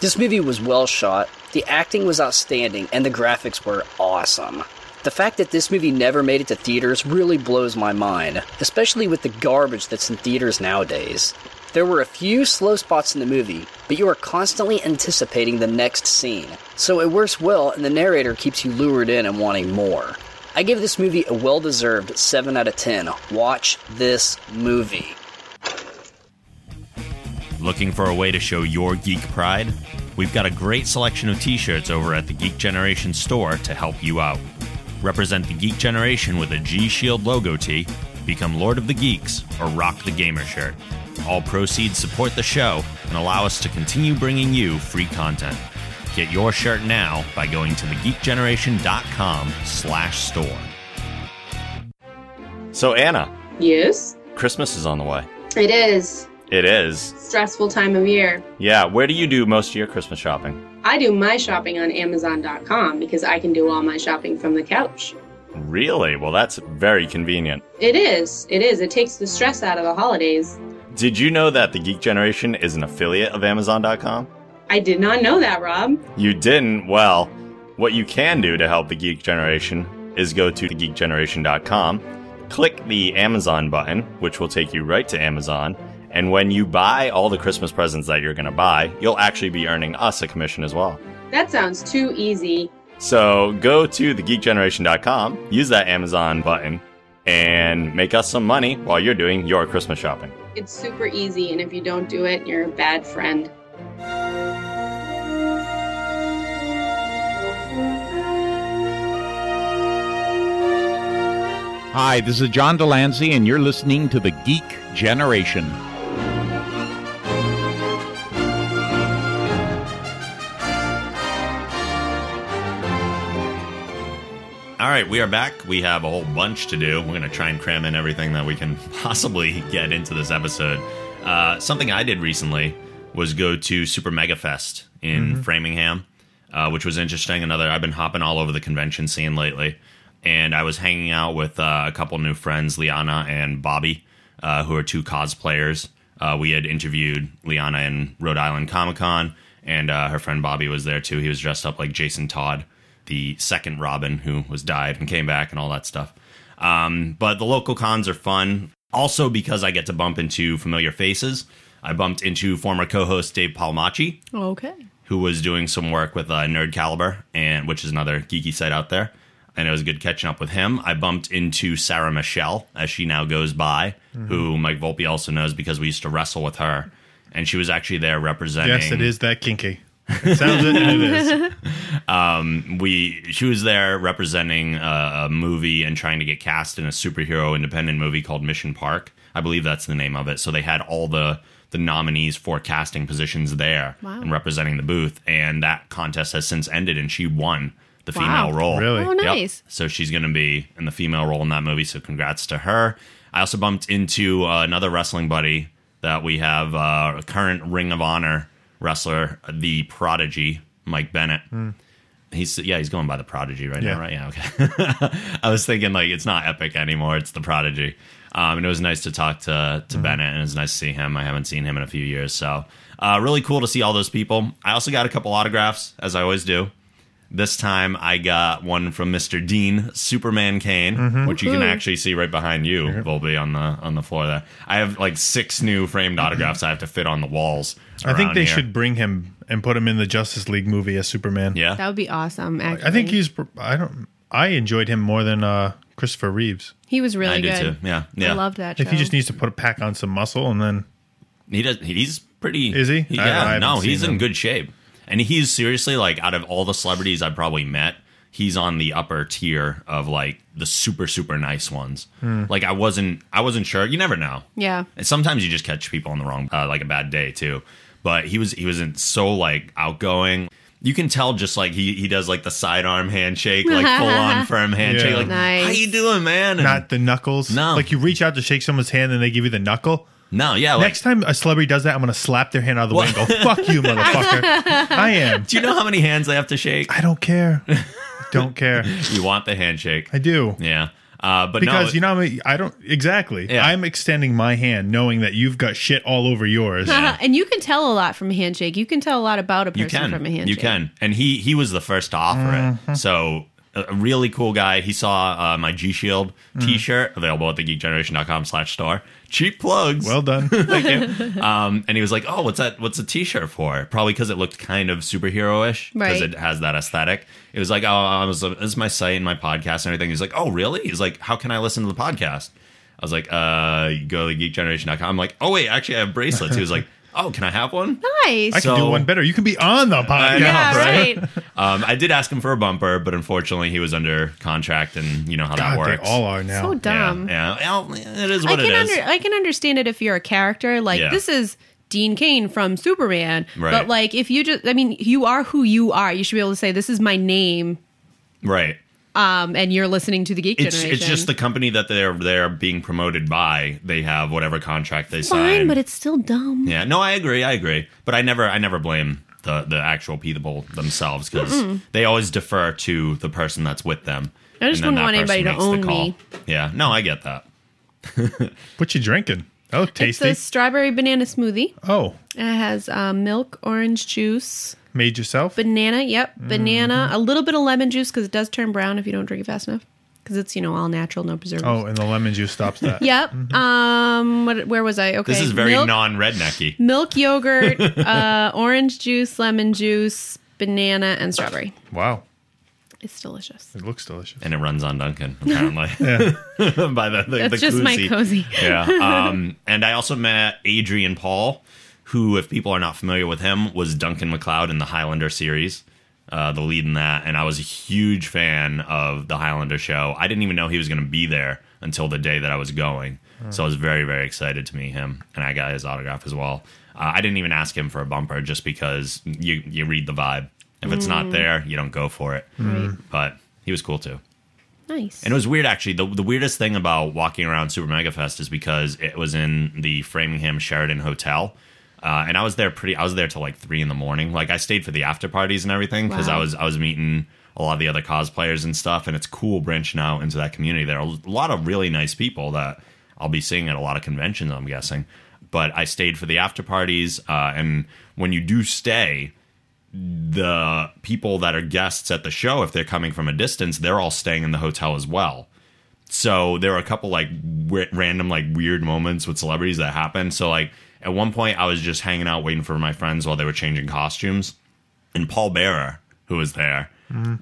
This movie was well shot, the acting was outstanding, and the graphics were awesome. The fact that this movie never made it to theaters really blows my mind, especially with the garbage that's in theaters nowadays. There were a few slow spots in the movie, but you are constantly anticipating the next scene, so it works well and the narrator keeps you lured in and wanting more. I give this movie a well deserved 7 out of 10. Watch this movie. Looking for a way to show your geek pride? We've got a great selection of t shirts over at the Geek Generation store to help you out. Represent the Geek Generation with a G Shield logo tee, become Lord of the Geeks, or rock the gamer shirt. All proceeds support the show and allow us to continue bringing you free content. Get your shirt now by going to thegeekgeneration.com slash store. So Anna, Yes, Christmas is on the way. it is. It is. Stressful time of year. Yeah, where do you do most of your Christmas shopping? I do my shopping on Amazon.com because I can do all my shopping from the couch. Really? Well, that's very convenient. It is. It is. It takes the stress out of the holidays. Did you know that the Geek Generation is an affiliate of Amazon.com? I did not know that, Rob. You didn't? Well, what you can do to help the Geek Generation is go to thegeekgeneration.com, click the Amazon button, which will take you right to Amazon, and when you buy all the Christmas presents that you're going to buy, you'll actually be earning us a commission as well. That sounds too easy. So go to thegeekgeneration.com, use that Amazon button, and make us some money while you're doing your Christmas shopping. It's super easy, and if you don't do it, you're a bad friend. Hi, this is John Delancey, and you're listening to The Geek Generation. All right, we are back. We have a whole bunch to do. We're going to try and cram in everything that we can *laughs* possibly get into this episode. Uh, something I did recently was go to Super Mega Fest in Framingham, uh, which was interesting. Another, I've been hopping all over the convention scene lately, and I was hanging out with uh, a couple new friends, Liana and Bobby, uh, who are two cosplayers. Uh, we had interviewed Liana in Rhode Island Comic Con, and uh, her friend Bobby was there too. He was dressed up like Jason Todd, the second Robin who was died and came back and all that stuff. Um, but the local cons are fun. Also, because I get to bump into familiar faces, I bumped into former co-host Dave Palmachi, Okay. who was doing some work with uh, Nerd Caliber, and which is another geeky site out there. And it was good catching up with him. I bumped into Sarah Michelle, as she now goes by, Mm-hmm. who Mike Volpe also knows because we used to wrestle with her. And she was actually there representing. Yes, it is that kinky. It sounds it and it *laughs* is. we she was there representing uh, a, a movie and trying to get cast in a superhero independent movie called Mission Park. I believe that's the name of it. So they had all the the nominees for casting positions there Wow. and representing the booth. And that contest has since ended, and she won the Wow. female role. Really? Oh, Yep. nice. So she's going to be in the female role in that movie. So congrats to her. I also bumped into uh, another wrestling buddy that we have, uh, current Ring of Honor wrestler, the Prodigy, Mike Bennett. He's yeah, he's going by the Prodigy right Yeah. now, right? Yeah, okay. *laughs* I was thinking like it's not Epic anymore; it's the Prodigy. Um, and it was nice to talk to to Bennett, and it was nice to see him. I haven't seen him in a few years, so uh, really cool to see all those people. I also got a couple autographs, as I always do. This time I got one from Mr. Dean Superman Kane, Mm-hmm. which you can Woohoo. actually see right behind you, Volby, on the on the floor there. I have like six new framed autographs I have to fit on the walls. Mm-hmm. I think around they here. should bring him and put him in the Justice League movie as Superman. Yeah. That would be awesome. Actually, I think he's. pr- I don't. I enjoyed him more than uh, Christopher Reeves. he was really I do good. too. Yeah, yeah. I loved that. I think he show. just needs to put a pack on some muscle and then He does. He's pretty. Is he? I- I yeah. haven't no, seen he's him. in good shape, and he's seriously like out of all the celebrities I've probably met, he's on the upper tier of like the super super nice ones. Hmm. Like I wasn't. I wasn't sure. You never know. *laughs* Yeah. And sometimes you just catch people on the wrong, uh, like a bad day too. But he was he wasn't so like outgoing. You can tell just like he he does like the sidearm handshake, *laughs* like full on firm handshake, Yeah. like Nice. how you doing, man? And- not the knuckles. No. like you reach out to shake someone's hand and they give you the knuckle. no, yeah. Like, Next time a celebrity does that, I'm gonna slap their hand out of the way and go, "Fuck you, *laughs* motherfucker!" I am. do you know how many hands they have to shake? I *laughs* don't care. don't care. You want the handshake, I do. yeah. Uh, but Because no, you know, I, mean, I don't exactly. Yeah. I'm extending my hand, knowing that you've got shit all over *laughs* yours. and you can tell a lot from a handshake. You can tell a lot about a person you can from a handshake. you can and he he was the first to offer Mm-hmm. it so a a really cool guy he saw uh, my g shield Mm. t-shirt available at thegeekgeneration.com slash store cheap plugs well done. thank you um, and he was like oh what's that what's a t-shirt for probably because it looked kind of superhero-ish because Right. it has that aesthetic it was like oh I was, this is my site and my podcast and everything he's like oh really he's like how can i listen to the podcast i was like uh you go to geekgeneration.com i'm like oh wait actually i have bracelets he was like *laughs* oh can i have one Nice. I can do So- one better. You can be on the podcast. know, yeah, right. Um, I did ask him for a bumper, but unfortunately, he was under contract, and you know how that God, they works. all are now. so dumb. Yeah, yeah. Well, it is I what can it is. under, I can understand it if you're a character like Yeah. this is Dean Kane from Superman, Right. but like if you just I mean you are who you are. You should be able to say this is my name, right. um, and you're listening to the Geek It's Generation. it's just the company that they're they're being promoted by. They have whatever contract they fine, sign. but it's still dumb. yeah, no, I agree, I agree. But I never I never blame the the actual people themselves because they always defer to the person that's with them. I just and then wouldn't want that person anybody to makes the own call. me. Yeah, no, I get that. What you drinking? Oh, It's tasty. a strawberry banana smoothie. oh, It has um, milk, orange juice, made yourself. banana. Yep, Mm. banana. A little bit of lemon juice because it does turn brown if you don't drink it fast enough. Because it's you know all natural, no preservatives. oh, and the lemon juice stops *laughs* that. Yep. Um. What, where was I? Okay. Oh. Mm-hmm. This is very milk, *laughs* non-rednecky. milk yogurt, uh, orange juice, lemon juice, banana, and strawberry. Wow, It's delicious. it looks delicious. and it runs on *laughs* Duncan apparently. *laughs* By the, the, That's the just my koozie. cozy. yeah. Um, and I also met Adrian Paul, who, if people are not familiar with him, was Duncan McLeod in the Highlander series, uh, the lead in that. And I was a huge fan of the Highlander show. I didn't even know he was going to be there until the day that I was going. So I was very, very excited to meet him, and I got his autograph as well. Uh, I didn't even ask him for a bumper just because you you read the vibe. If it's not there, you don't go for it. Mm. But he was cool too. Nice. Mm. And it was weird, actually. The, the weirdest thing about walking around Super Mega Fest is because it was in the Framingham Sheridan Hotel. Uh, and I was there pretty. I was there till like three in the morning. Like I stayed for the after parties and everything because I Wow. was I was meeting a lot of the other cosplayers and stuff. And it's cool branching out into that community. There are a lot of really nice people that I'll be seeing at a lot of conventions. I'm guessing. But I stayed for the after parties. Uh, and when you do stay, the people that are guests at the show, if they're coming from a distance, they're all staying in the hotel as well. So there were a couple like w- random like weird moments with celebrities that happened. So like at one point, I was just hanging out waiting for my friends while they were changing costumes, and Paul Bearer, who was there,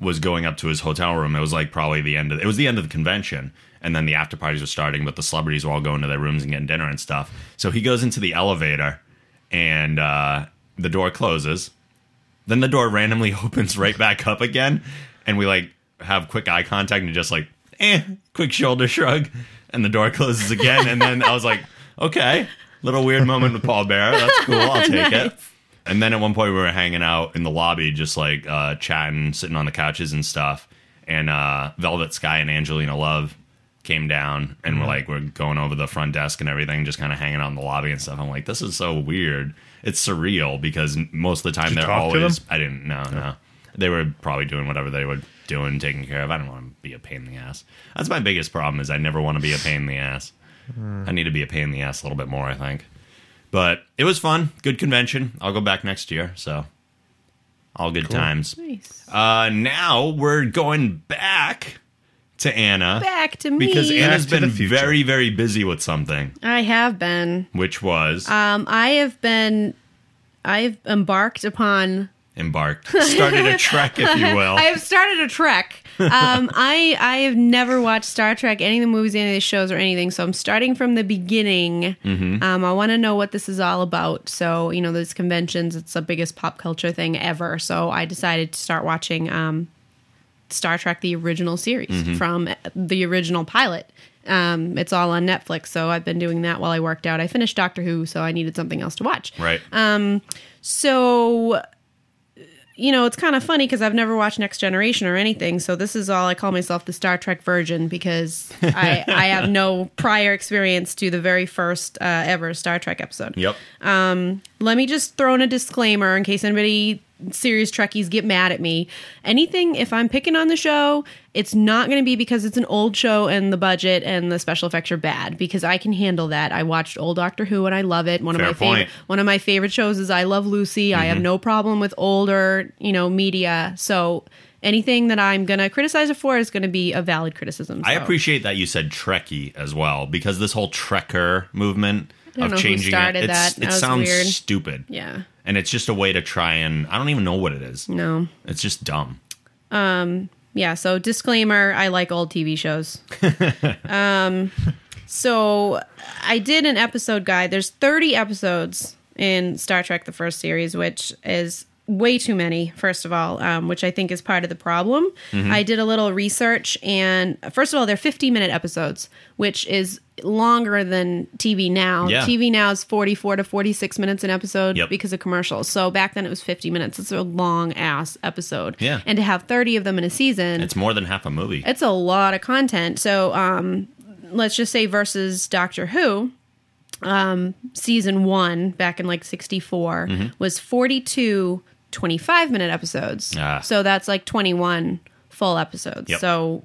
was going up to his hotel room. It was like probably the end of it was the end of the convention, and then the after parties were starting, but the celebrities were all going to their rooms and getting dinner and stuff. So he goes into the elevator, and uh, the door closes. Then the door randomly *laughs* opens right back up again, and we like have quick eye contact and just like eh, quick shoulder shrug, and the door closes again. and then I was like, okay, little weird moment with Paul Bear. That's cool. I'll take it. And then at one point we were hanging out in the lobby, just like uh, chatting, sitting on the couches and stuff. And uh, Velvet Sky and Angelina Love came down, and we're like, we're going over the front desk and everything, just kind of hanging out in the lobby and stuff. I'm like, this is so weird. It's surreal because most of the time Did you they're talk to always. them? I didn't. No, no. They were probably doing whatever they were doing, taking care of. I don't want to be a pain in the ass. That's my biggest problem is I never want to be a pain in the ass. I need to be a pain in the ass a little bit more, I think. But it was fun. Good convention. I'll go back next year. So all good times. Nice. Uh, now we're going back to Anna Back to me. because Anna's Back to been the future. very, very busy with something, I have been. which was Um, I have been. I've embarked upon embarked, started a trek, if you will. I have started a trek. Um, I I have never watched Star Trek, any of the movies, any of the shows, or anything. So I'm starting from the beginning. Um, I want to know what this is all about. So you know, those conventions. It's the biggest pop culture thing ever. So I decided to start watching um, Star Trek: The Original Series from uh, the original pilot. Um, it's all on Netflix. So I've been doing that while I worked out. I finished Doctor Who, so I needed something else to watch. right. So, you know, it's kind of funny because I've never watched Next Generation or anything. So this is all I call myself the Star Trek virgin because *laughs* I, I have no prior experience to the very first uh, ever Star Trek episode. Um, yep. Let me just throw in a disclaimer in case anybody serious Trekkies get mad at me. Anything if I'm picking on the show, it's not going to be because it's an old show and the budget and the special effects are bad because I can handle that. I watched old Doctor Who and I love it. One Fair of my point. favorite one of my favorite shows is I Love Lucy. I have no problem with older, you know, media. So anything that I'm going to criticize it for is going to be a valid criticism. I So appreciate that you said Trekkie as well, because this whole Trekker movement don't know of who changing started it, it's- that. That it was sounds weird. stupid. Yeah. And it's just a way to try and I don't even know what it is. No. It's just dumb. yeah so disclaimer i like old *laughs* tv shows um so i did an episode guide there's 30 episodes in star trek the first series which is way too many first of all um, which i think is part of the problem Mm-hmm. i did a little research and first of all they're 50 minute episodes which is longer than tv now Yeah. tv now is 44 to 46 minutes an episode Yep. because of commercials so back then it was 50 minutes it's a long ass episode Yeah. and to have 30 of them in a season It's more than half a movie. it's a lot of content. So um, let's just say versus Doctor Who, um, season one back in like 64 Mm-hmm. was 42 25 minute episodes. Ah. So that's like 21 full episodes. Yep. So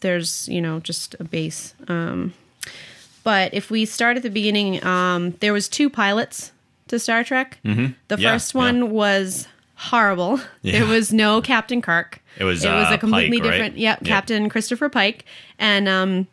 there's, you know, just a base. Um, but if we start at the beginning, um, there was two pilots to Star Trek. Mm-hmm. The Yeah, first one yeah. was horrible. There Yeah. was no Captain Kirk. It was, it was uh, a completely Pike, right? different yeah, Yep. Captain Christopher Pike. And um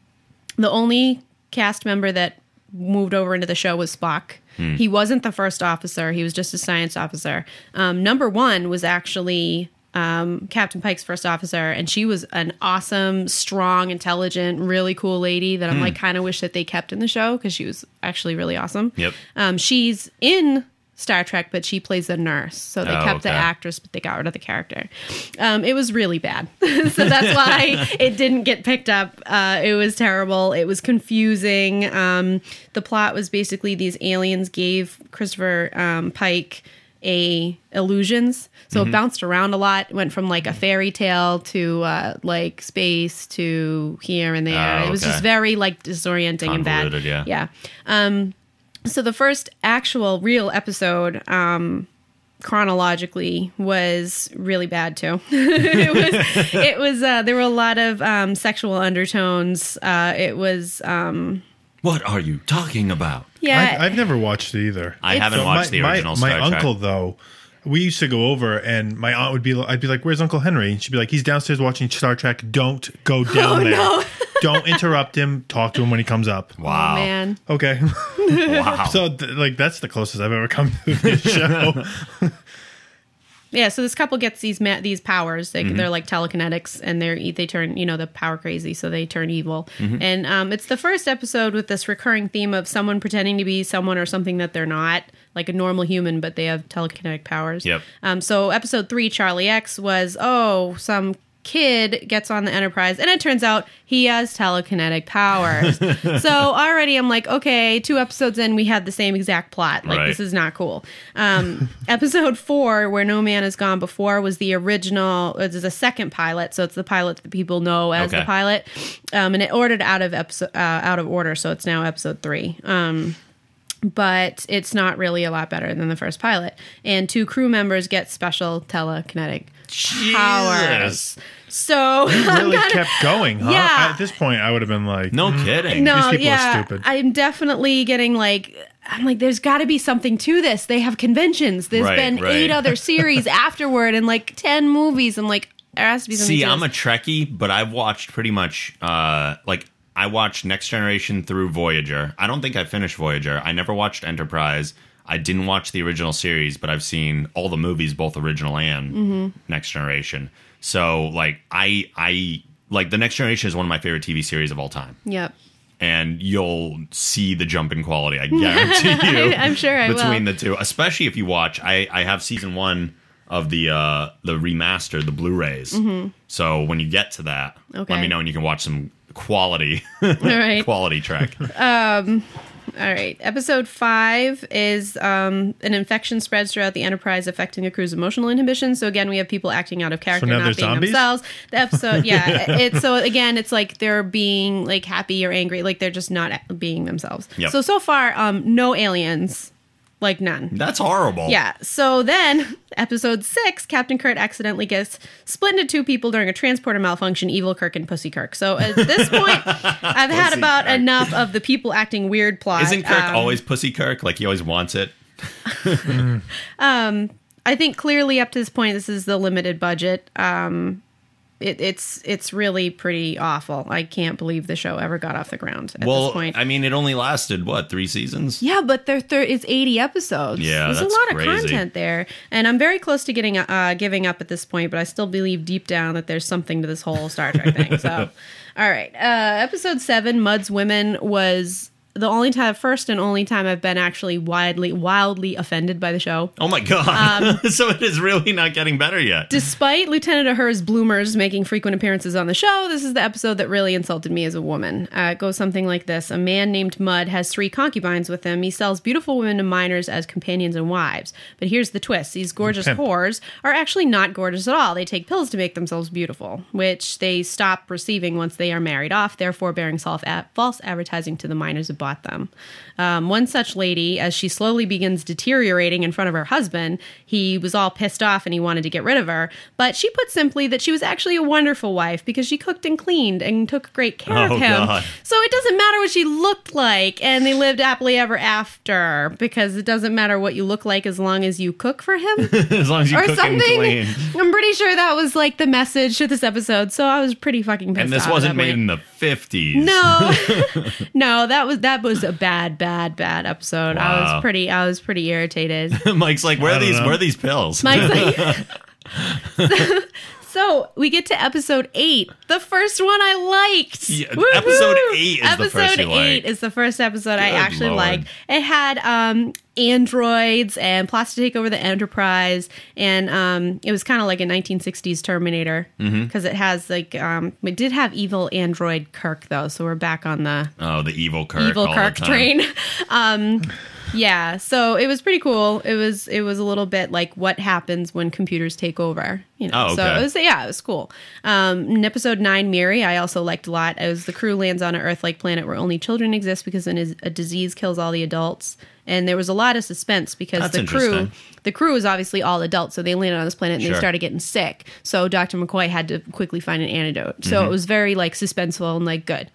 the only cast member that moved over into the show was Spock. Hmm. He wasn't the first officer, he was just a science officer. Um number one was actually um, Captain Pike's first officer, and she was an awesome, strong, intelligent, really cool lady that I'm Hmm. like kind of wish that they kept in the show because she was actually really awesome. Yep. Um, she's in Star Trek, but she plays the nurse. So they Oh, kept the okay. actress, but they got rid of the character. Um, it was really bad. *laughs* so *laughs* that's why it didn't get picked up. Uh, it was terrible. It was confusing. Um, the plot was basically these aliens gave Christopher um, Pike a illusions so Mm-hmm. it bounced around a lot It went from like a fairy tale to uh like space to here and there Oh, it was okay. just very like disorienting and bad Convoluted, yeah. yeah Um, so the first actual real episode um chronologically was really bad too *laughs* it was it was uh there were a lot of um sexual undertones uh it was um what are you talking about? *laughs* yeah I, I've never watched it either. I haven't So watched my- the original Star My, my Trek. uncle though we used to go over, and my aunt would be, li- I'd be like, "Where's Uncle Henry?" And she'd be like, "He's downstairs watching Star Trek. Don't *laughs* go down Oh, there. *laughs* Don't interrupt him. Talk to him when he comes up." Wow. man. Okay, *laughs* Wow. so th- like that's the closest I've ever come *laughs* to this show. Yeah, so this couple gets these ma- these powers. Mm-hmm. They, They're like telekinetics, and they're e- they turn you know the power crazy, so they turn evil. Mm-hmm. And um, it's the first episode with this recurring theme of someone pretending to be someone or something that they're not, like a normal human, but they have telekinetic powers. Yep. Um, so episode three, Charlie X was oh some kid gets on the Enterprise, and it turns out he has *laughs* telekinetic powers. so already I'm like, okay, two episodes in, we had the same exact plot. Like Right. this is not cool. Um, episode four, where no man has gone before, was the original. This is a second pilot, so it's the pilot that people know as Okay. the pilot, um, and it ordered out of episode uh, out of order, so it's now episode three. Um, but it's not really a lot better than the first pilot. And two crew members get special telekinetic powers. Jesus. *laughs* So really kept going, huh? Yeah. At this point, I would have been like, *laughs* No kidding. no, people are yeah, stupid. I'm definitely getting like. I'm like, there's got to be something to this. They have conventions. There's Right, been right. *laughs* eight other series afterward and like 10 movies. I'm like, there has to be something See, to I'm a this. Trekkie, but I've watched pretty much uh like I watched Next Generation through Voyager. I don't think I finished Voyager. I never watched Enterprise. I didn't watch the original series, but I've seen all the movies, both original and Mm-hmm. Next Generation. So like I I like the Next Generation is one of my favorite TV series of all time. Yep. And you'll see the jump in quality, *laughs* I guarantee *laughs* you. I- *laughs* I'm sure I will. between the two, especially if you watch. I, I have season one of the uh, the remastered, the Blu-rays. So when you get to that, let Mm-hmm. Okay. me know and you can watch some quality *laughs* All right. quality *laughs* track. All right. Episode five is um, an infection spreads throughout the Enterprise, affecting the crew's emotional inhibitions. So again, we have people acting out of character, now not they're being zombies? themselves. The *laughs* episode, yeah. It's so again, it's like they're being like happy or angry, like they're just not being themselves. Yep. So so far, um, no aliens, like none. That's horrible. Yeah. So then, *laughs* episode six, Captain Kirk accidentally gets split into two people during a transporter malfunction evil Kirk and Pussy Kirk. So *laughs* at this point, I've had Pussy about Kirk. enough of the people acting weird plot. Isn't Kirk Um, always Pussy Kirk? Like he always wants it. I think clearly up to this point, this is the limited budget. Um, it, it's it's really pretty awful. I can't believe the show ever got off the ground at well, this point. I mean, it only lasted what three seasons? Yeah, but there there is 80 episodes. Yeah, there's that's a lot crazy. of content there, and I'm very close to getting uh, giving up at this point. But I still believe deep down that there's something to this whole Star Trek *laughs* thing. So, all right, uh, episode seven, Mud's Women was the only time, first and only time I've been actually widely wildly offended by the show. Oh my god! *laughs* Um, so it is really not getting better yet. *laughs* Despite Lieutenant Ahur's bloomers making frequent appearances on the show, this is the episode that really insulted me as a woman. Uh, it goes something like this A man named Mud has three concubines with him. He sells beautiful women to minors as companions and wives. But here's the twist these gorgeous Pimp. whores are actually not gorgeous at all. They take pills to make themselves beautiful, which they stop receiving once they are married off, therefore bearing self- a- false advertising to the minors who bought them. Um, one such lady, as she slowly begins deteriorating in front of her husband, he was all pissed off and he wanted to get rid of her. But she put simply that she was actually a wonderful wife because she cooked and cleaned and took great care Oh, of him. God. So it doesn't matter what she looked like, and they lived happily ever after because it doesn't matter what you look like as long as you cook *laughs* for him as long as you or cook and something. clean. I'm pretty sure that was like the message to this episode. So I was pretty fucking pissed. And this off at wasn't that made point. in the fifties. No, no, that was that was a bad, bad, bad episode. I Wow. was pretty, I was pretty irritated. *laughs* *laughs* Mike's like, where I are don't these? know. Where are these pills? Mike's like. so, *laughs* so we get to episode eight, the first one I liked. Yeah, Woohoo! episode eight is the Episode first you eight liked. is the first episode I Good actually lord. liked. It had um, androids and plots to take over the Enterprise, and um, it was kind of like a 1960s Terminator Mm-hmm. because it has like um, we did have evil android Kirk though, so we're back on the Oh, the evil Kirk. evil all the Kirk time. train. *laughs* um, yeah, so it was pretty cool. It was it was a little bit like what happens when computers take over. You know, Oh, so okay. it was yeah, it was cool. Um, in episode nine, Mary, I also liked a lot. It was the crew lands on an Earth-like planet where only children exist because an is- a disease kills all the adults, and there was a lot of suspense because That's the crew. interesting. The crew is obviously all adults, so they landed on this planet and Sure. they started getting sick. So Dr. McCoy had Mm-hmm. to quickly find an antidote. So it was very like suspenseful and like good.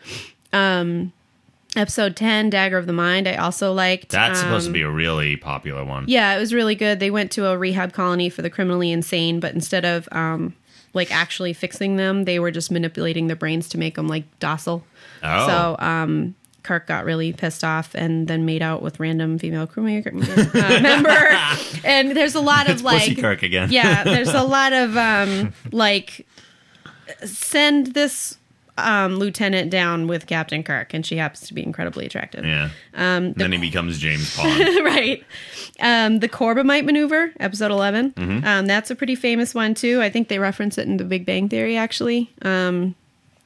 Episode 10, Dagger of the Mind, I also liked. That's supposed to Um, be a really popular one. Yeah, it was really good. They went to a rehab colony for the criminally insane, but instead of um, like actually fixing them, they were just manipulating their brains to make them like docile. Oh. So um, Kirk got really pissed off and then made out with random female crew ma- uh, *laughs* member. And there's a lot of It's like Pussy Kirk again. *laughs* yeah, there's a lot of um, like send this um, lieutenant down with Captain Kirk, and she happens to be incredibly attractive. Yeah. Um, then he becomes *laughs* James Bond. right. Um, the Corbomite maneuver, episode 11. Mm-hmm. Um, that's a pretty famous one, too. I think they reference it in the Big Bang Theory, actually. Um,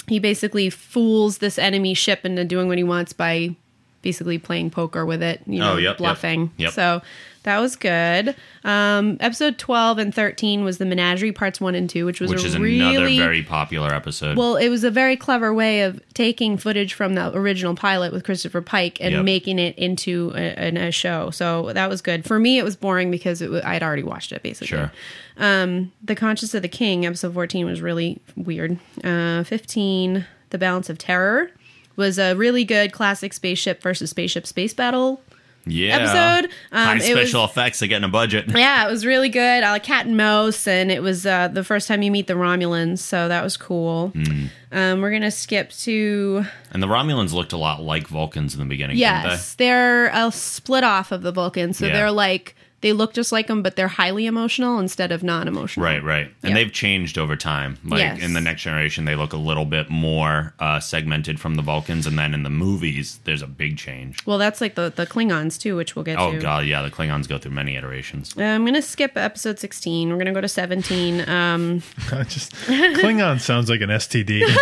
he basically fools this enemy ship into doing what he wants by basically playing poker with it, you know, Oh, yep, yep, bluffing. yep. So that was good. Um, episode 12 and 13 was the Menagerie Parts 1 and 2, which was Which a is another really very popular episode. well, it was a very clever way of taking footage from the original pilot with Christopher Pike and Yep. making it into a, an- a show. So that was good. For me, it was boring because it, wa- I'd already watched it basically. sure. The Conscience of the King, episode 14, was really weird. Uh, 15, The Balance of Terror, was a really good classic spaceship versus spaceship space battle Yeah. episode. Um, High it special was- effects. They get in a budget. yeah, it was really good. I like Cat and Mouse, and it was uh, the first time you meet the Romulans, so that was cool. Hmm. Um, we're gonna skip to And the Romulans looked a lot like Vulcans in the beginning, didn't yes, they're a split off of the Vulcans, so Yeah. they're like they look just like them, but they're highly emotional instead of they? non-emotional. Right, right. And Yeah. they've changed over time. Like Yes. in the next generation, they look a little bit more uh, segmented from the Vulcans. And then in the movies, there's a big change. Well, that's like the the Klingons too, which we'll get Oh, to. God. Yeah. The Klingons go through many *laughs* iterations. Uh, I'm gonna skip episode 16. We're gonna go to 17. Um, just Klingon sounds like an STD. *laughs*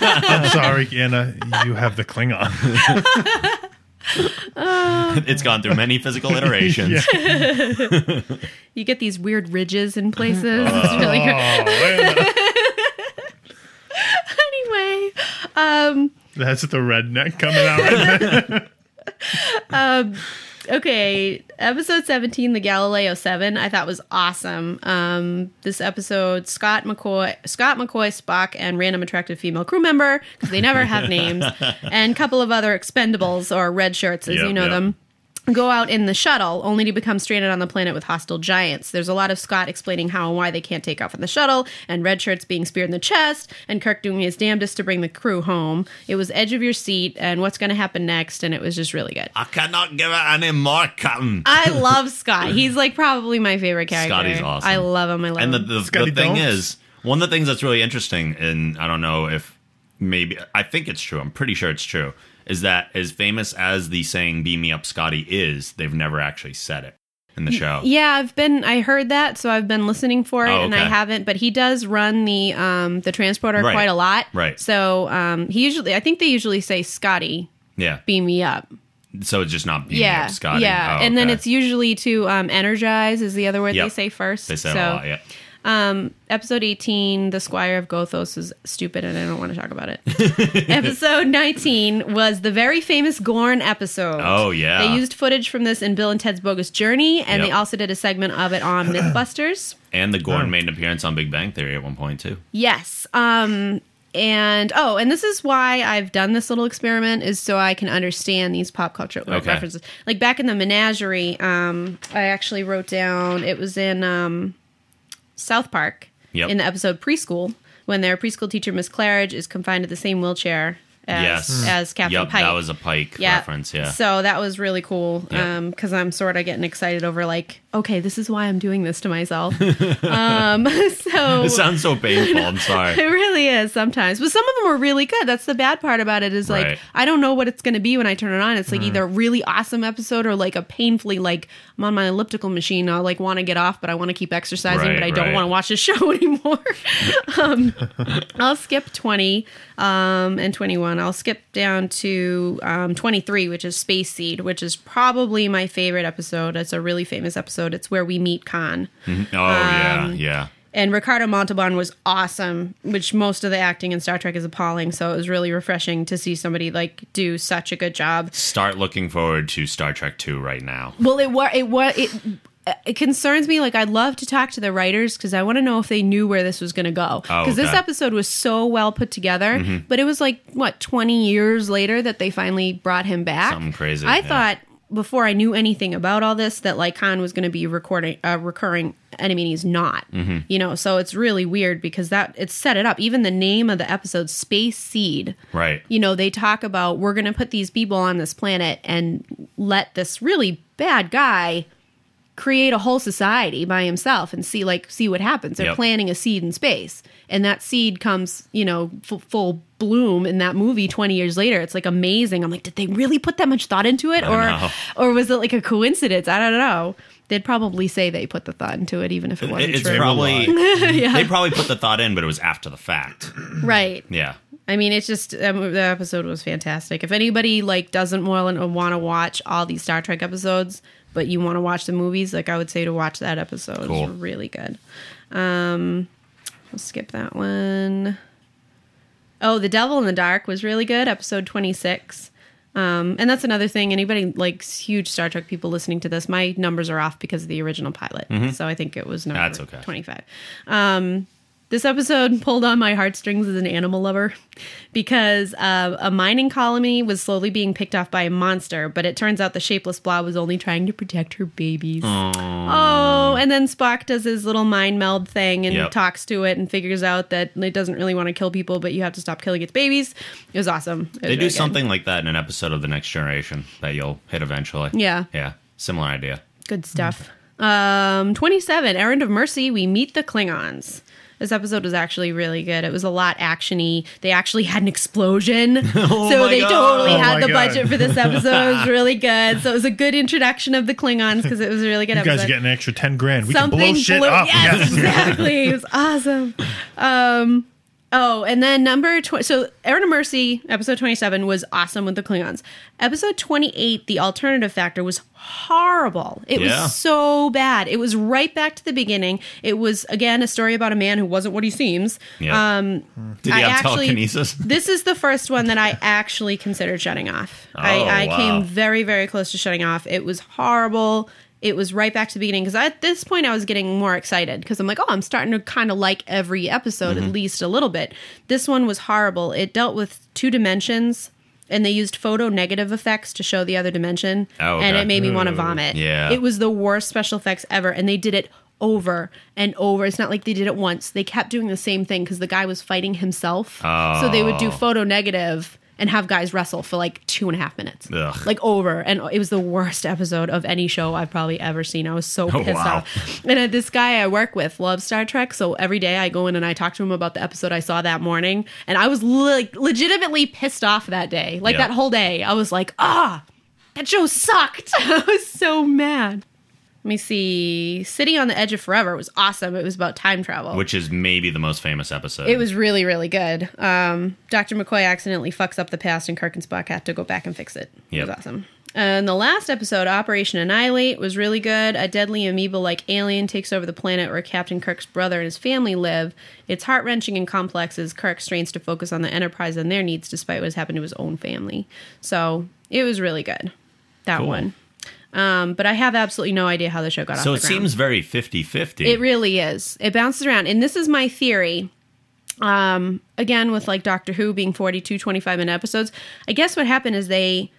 I'm sorry, Anna. You have *laughs* the Klingon. Oh, it's gone through many *laughs* physical iterations. you get these weird ridges *laughs* in places. it's really Oh, Anna. anyway. Um, that's the redneck coming out. Right there. Okay, episode 17, the Galileo 7, I thought was awesome. Um, this episode, Scott McCoy, Scott McCoy, Spock, and random attractive female crew member, because they never *laughs* have names, and a couple of other expendables or red shirts as Yep, you know yep. them, go out in the shuttle only to become stranded on the planet with hostile giants. There's a lot of Scott explaining how and why they can't take off in the shuttle, and red shirts being speared in the chest, and Kirk doing his damnedest to bring the crew home. It was edge of your seat, and what's going to happen next, and it was just really good. I cannot give it any more cotton. I love Scott. He's like probably my favorite character. Scotty's awesome. I love him. I love And the, him. the, Scotty the thing Donks. is, one of the things that's really interesting, and I don't know if maybe I think it's true. I'm pretty sure it's true. Is that as famous as the saying "Beam me up, Scotty" is? They've never actually said it in the show. yeah, I've been I heard that, so I've been listening for it Oh, and I okay. haven't, but he does run the um the transporter Right. quite a lot. Right. So um he usually I think they usually say Scotty, Yeah. beam me up. So it's just not "Beam me yeah. up, Scotty." Yeah. Oh, And then okay. it's usually to um energize is the other word they Yep. say first. they said so, it a lot. Yeah. Um, episode 18, The Squire of Gothos is stupid and I don't want to talk about it. *laughs* episode 19 was the very famous Gorn episode. Oh, yeah. They used footage from this in Bill and Ted's Bogus Journey, Yep. and they also did a segment of it on Mythbusters. And the Oh. Gorn made an appearance on Big Bang Theory at one point too. Yes. Um, and oh, and this is why I've done this little experiment is so I can understand these pop culture re- Okay. references. Like back in the menagerie, um, I actually wrote down it was in um, South Park Yep. in the episode preschool when their preschool teacher Miss Claridge is confined to the same wheelchair as yes. as Captain yep, Pike. That was a Pike Yeah. reference. Yeah. So that was really cool Yep. because I'm sort of getting excited over like, okay, this is why I'm doing this to myself. *laughs* um, *laughs* *laughs* so it sounds so painful. *laughs* I'm sorry. it really is sometimes. But some of them are really good. That's the bad part about it is like Right. Mm-hmm. I don't know what it's going to be when I turn it on. It's like either a really awesome episode or like a painfully like I'm on my elliptical machine. I like want to get off, but I want to keep exercising, Right, but I don't right. want to watch the *laughs* show anymore. um, I'll skip 20 um, and 21. I'll skip down to um, 23, which is Space Seed, which is probably my favorite episode. It's a really famous episode. It's where we meet Khan. Oh yeah, Um, yeah. And Ricardo Montalban was awesome, which most of the acting in Star Trek is appalling. So it was really refreshing to see somebody like do such a good job. Start looking forward to Star Trek Two right now. Well, it was it was it it concerns me. Like, I'd love to talk to the writers because I want to know if they knew where this was going to go. Oh, Because this okay. Mm-hmm. episode was so well put together, but it was like what twenty years later that they finally brought him back. Something crazy, I yeah. thought before I knew anything about all this that like Khan was going to be recording a recurring enemy, and he's not. Mm-hmm. You know, so it's really weird because that it set it up. Even the name of the episode, Space Seed Right. you know, they talk about we're going to put these people on this planet and let this really bad guy create a whole society by himself and see like see what happens. They're Yep. planting a seed in space, and that seed comes, you know, f- full bloom in that movie 20 years later. It's like amazing. I'm like, did they really put that much thought into it or know. or was it like a coincidence? I don't know. They'd probably say they put the thought into it even if it wasn't It- it's true. probably *laughs* Yeah. they probably put the thought in, but it was after the fact. right. Yeah. I mean, it's just that mo- the episode was fantastic. If anybody like doesn't want to want to watch all these Star Trek episodes, but you want to watch the movies, like I would say to watch that episode. Cool. It's really good. Um, we'll skip that one. Oh, The Devil in the Dark was really good. Episode twenty six. Um, and that's another thing. Anybody like huge Star Trek people listening to this, my numbers are off because of the original pilot. So I think it was number Mm-hmm. That's okay. twenty five. This episode *laughs* pulled on my heartstrings as an animal lover because uh, a mining colony was slowly being picked off by a monster, but it turns out the shapeless blob was only trying to protect her babies. Oh, and then Spock does his little mind meld thing and Yep. talks to it and figures out that it doesn't really want to kill people, but you have to stop killing its babies. It was awesome. It was They really do good. something like that in an episode of The Next Generation that you'll hit eventually. Yeah. Yeah. Similar idea. Good stuff. Um, 27, Errand of Mercy, we meet the Klingons. This episode was actually really good. It was a lot actiony. They actually had an explosion. *laughs* so my they God. totally Oh my had the God. budget for this episode. *laughs* It was really good. So it was a good introduction of the Klingons because it was a really good You episode guys are getting an extra ten grand. We can blow shit blew- up. *laughs* Yes, exactly. It was awesome. Um, oh, and then number tw- so Erin of Mercy episode twenty seven was awesome with the Klingons. Episode twenty eight, the alternative factor was horrible. It Yeah. was so bad. It was right back to the beginning. It was again a story about a man who wasn't what he seems. Yeah. Um, Did he I have actually- telekinesis? *laughs* this is the first one that I actually considered shutting off. Oh, I, I wow. came very, very close to shutting off. It was horrible. It was right back to the beginning because at this point I was getting more excited because I'm like, oh, I'm starting to kind of like every episode Mm-hmm. at least a little bit. This one was horrible. It dealt with two dimensions and they used photo negative effects to show the other dimension. Oh, okay. And it made me want to vomit. Yeah. It was the worst special effects ever. And they did it over and over. It's not like they did it once. They kept doing the same thing because the guy was fighting himself. So they would Oh. do photo negative and have guys wrestle for like two and a half minutes. Ugh. Like over. And it was the worst episode of any show I've probably ever seen. I was so *laughs* Oh, pissed wow. off. And uh, this guy I work with loves Star Trek. So every day I go in and I talk to him about the episode I saw that morning. And I was like legitimately pissed off that day. Like Yeah. that whole day. I was like, ah, that show sucked. *laughs* I was so mad. Let me see. City on the Edge of Forever was awesome. It was about time travel. Which is maybe the most famous episode. it was really, really good. Um, Dr. McCoy accidentally fucks up the past, and Kirk and Spock have to go back and fix it. It was Yep. awesome. And the last episode, Operation Annihilate, was really good. A deadly amoeba like alien takes over the planet where Captain Kirk's brother and his family live. It's heart wrenching and complex as Kirk strains to focus on the Enterprise and their needs despite what has happened to his own family. So it was really good, that Cool. one. Um, but I have absolutely no idea how the show got off so the it ground. seems very 50 50. It really is. It bounces around. And this is my theory. Um, again, with like Doctor Who being 42, 25 minute episodes, I guess what happened is they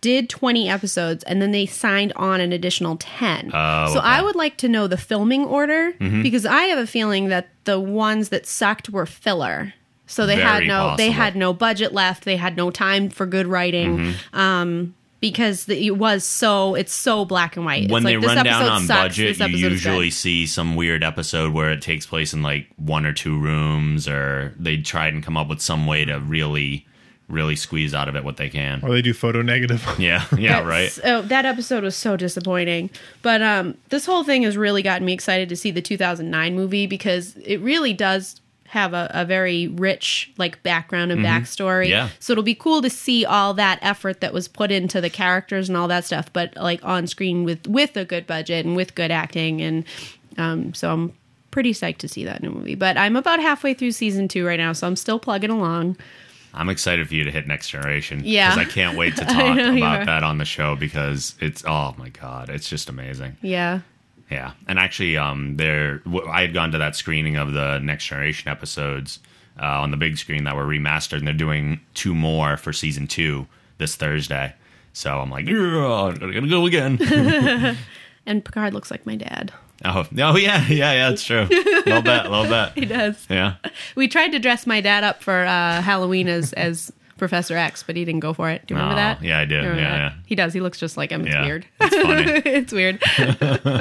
did 20 episodes and then they signed on an additional 10. Oh, so I would like to know the filming order Mm-hmm. because I have a feeling that the ones that sucked were filler. So they had Very no they possible. had no budget left, they had no time for good writing. Mm-hmm. Um because the, it was so it's so black and white. It's when like, they this run down episode on sucks, budget, this you episode is good. usually see some weird episode where it takes place in like one or two rooms, or they tried and come up with some way to really, really squeeze out of it what they can. *laughs* Or they do photo negative. Yeah, *laughs* yeah, right. That's- Oh, that episode was so disappointing. But um, this whole thing has really gotten me excited to see the 2009 movie because it really does have a, a very rich like background and backstory. Mm-hmm. Yeah. So it'll be cool to see all that effort that was put into the characters and all that stuff, but like on screen with with a good budget and with good acting and um, so I'm pretty psyched to see that new movie. But I'm about halfway through season two right now, so I'm still plugging along. I'm excited for you to hit Next Generation. Yeah. Because I can't wait *laughs* to talk know you about are. that on the show because it's, oh my God, it's just amazing. Yeah. Yeah, and actually, um, there w- I had gone to that screening of the Next Generation episodes uh, on the big screen that were remastered, and they're doing two more for season two this Thursday. So I'm like, "Yeah, I'm gonna go *laughs* again. And Picard looks like my dad. oh, oh yeah, yeah, yeah, that's true. Love that, love He that. does. Yeah, We tried to dress my dad up for uh, *laughs* Halloween as as Professor X, but he didn't go for it. Do you remember Oh, that? yeah, I do. You remember Yeah, that? yeah. He does. He looks just like him. It's Yeah. weird. It's funny. *laughs* *laughs* it's weird.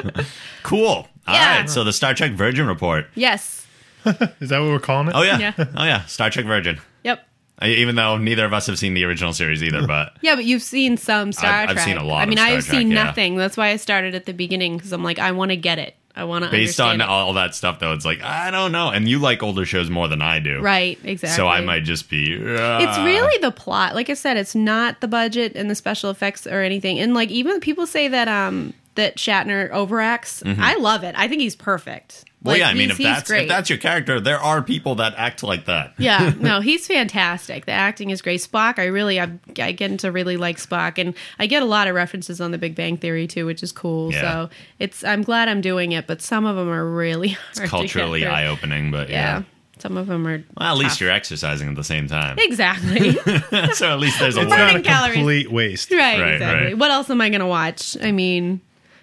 cool. Yeah. All right, so the Star Trek Virgin report. Yes. Is that what we're calling it? Oh yeah, Yeah. oh yeah, Star Trek Virgin. Yep. I, even though neither of us have seen the original series either, but Yeah, but you've seen some Star I've- I've Trek. seen a lot I of mean, Star I've Trek, seen yeah. nothing. That's why I started at the beginning because I'm like, I want to get it. I want to based on understand it. all that stuff though, it's like I don't know. And you like older shows more than I do, right. Exactly. So I might just be. "Ah." It's really the plot. Like I said, it's not the budget and the special effects or anything. And like even people say that um that Shatner overacts. I love it. I think he's perfect. Mm-hmm. Well, Like, yeah. I mean, he's- if he's that's great. if that's your character, there are people that act like that. *laughs* yeah, no, he's fantastic. The acting is great. Spock, I really, I, I get into really like Spock, and I get a lot of references on The Big Bang Theory too, which is cool. Yeah. So it's, I'm glad I'm doing it, but some of them are really *laughs* hard to *laughs* get Culturally through. eye opening, but yeah. Yeah, some of them are. Well, at least tough. you're exercising at the same time, exactly *laughs* *laughs* so at least there's a It's not Burning a way. calories. complete waste. *laughs* right, Right, exactly. right. What else am I going to watch? I mean,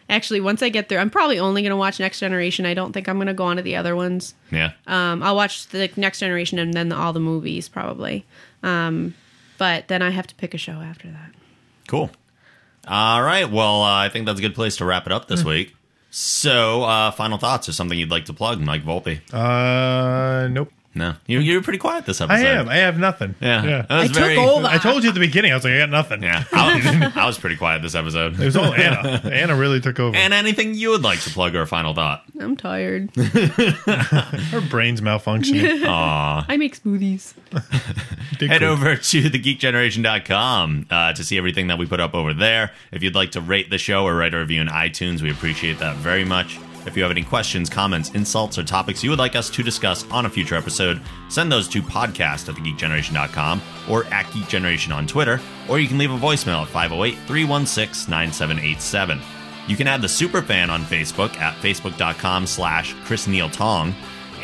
actually, once I get through, I'm probably only going to watch Next Generation. I don't think I'm going to go on to the other ones. Yeah. Um, I'll watch the Next Generation and then all the movies probably. Um, but then I have to pick a show after that. Cool. All right. Well, uh, I think that's a good place to wrap it up this Mm. week. So, uh, final thoughts or something you'd like to plug, Mike Volpe? Uh, nope. No, you, you're pretty quiet this episode. I am. I have nothing. Yeah. That I was took very- over. I told you at the beginning. I was like, I got nothing. *laughs* Yeah, I *laughs* was, I was pretty quiet this episode. It was all *laughs* Anna. Anna really took over. And anything you would like to plug or a final thought? I'm tired. Her *laughs* brain's malfunctioning. I make smoothies. Dig Head poop. over *laughs* to thegeekgeneration.com uh, to see everything that we put up over there. If you'd like to rate the show or write a review in iTunes, we appreciate that very much. If you have any questions, comments, insults, or topics you would like us to discuss on a future episode, send those to podcast at thegeekgeneration.com or at geekgeneration on Twitter, or you can leave a voicemail at 508 316 9787. You can add the superfan on Facebook at facebook.com slash Chris Neil Tong.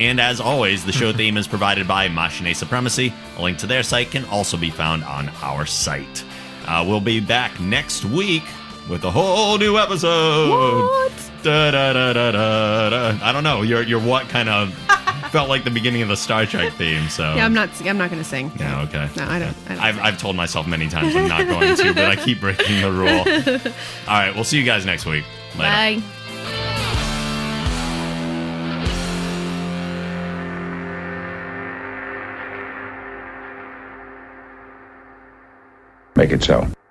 And as always, the show theme is provided by Machine Supremacy. A link to their site can also be found on our site. Uh, we'll be back next week with a whole new episode. What? Da, da, da, da, da, da. I don't know. Your your what kind of *laughs* felt like the beginning of the Star Trek theme. So Yeah, I'm not. I'm not going to sing. Oh. Yeah, okay. No, I don't. I don't I've, sing. I've told myself many times I'm not going to, but I keep breaking the rule. *laughs* All right, we'll see you guys next week. Later. Bye. Make it so.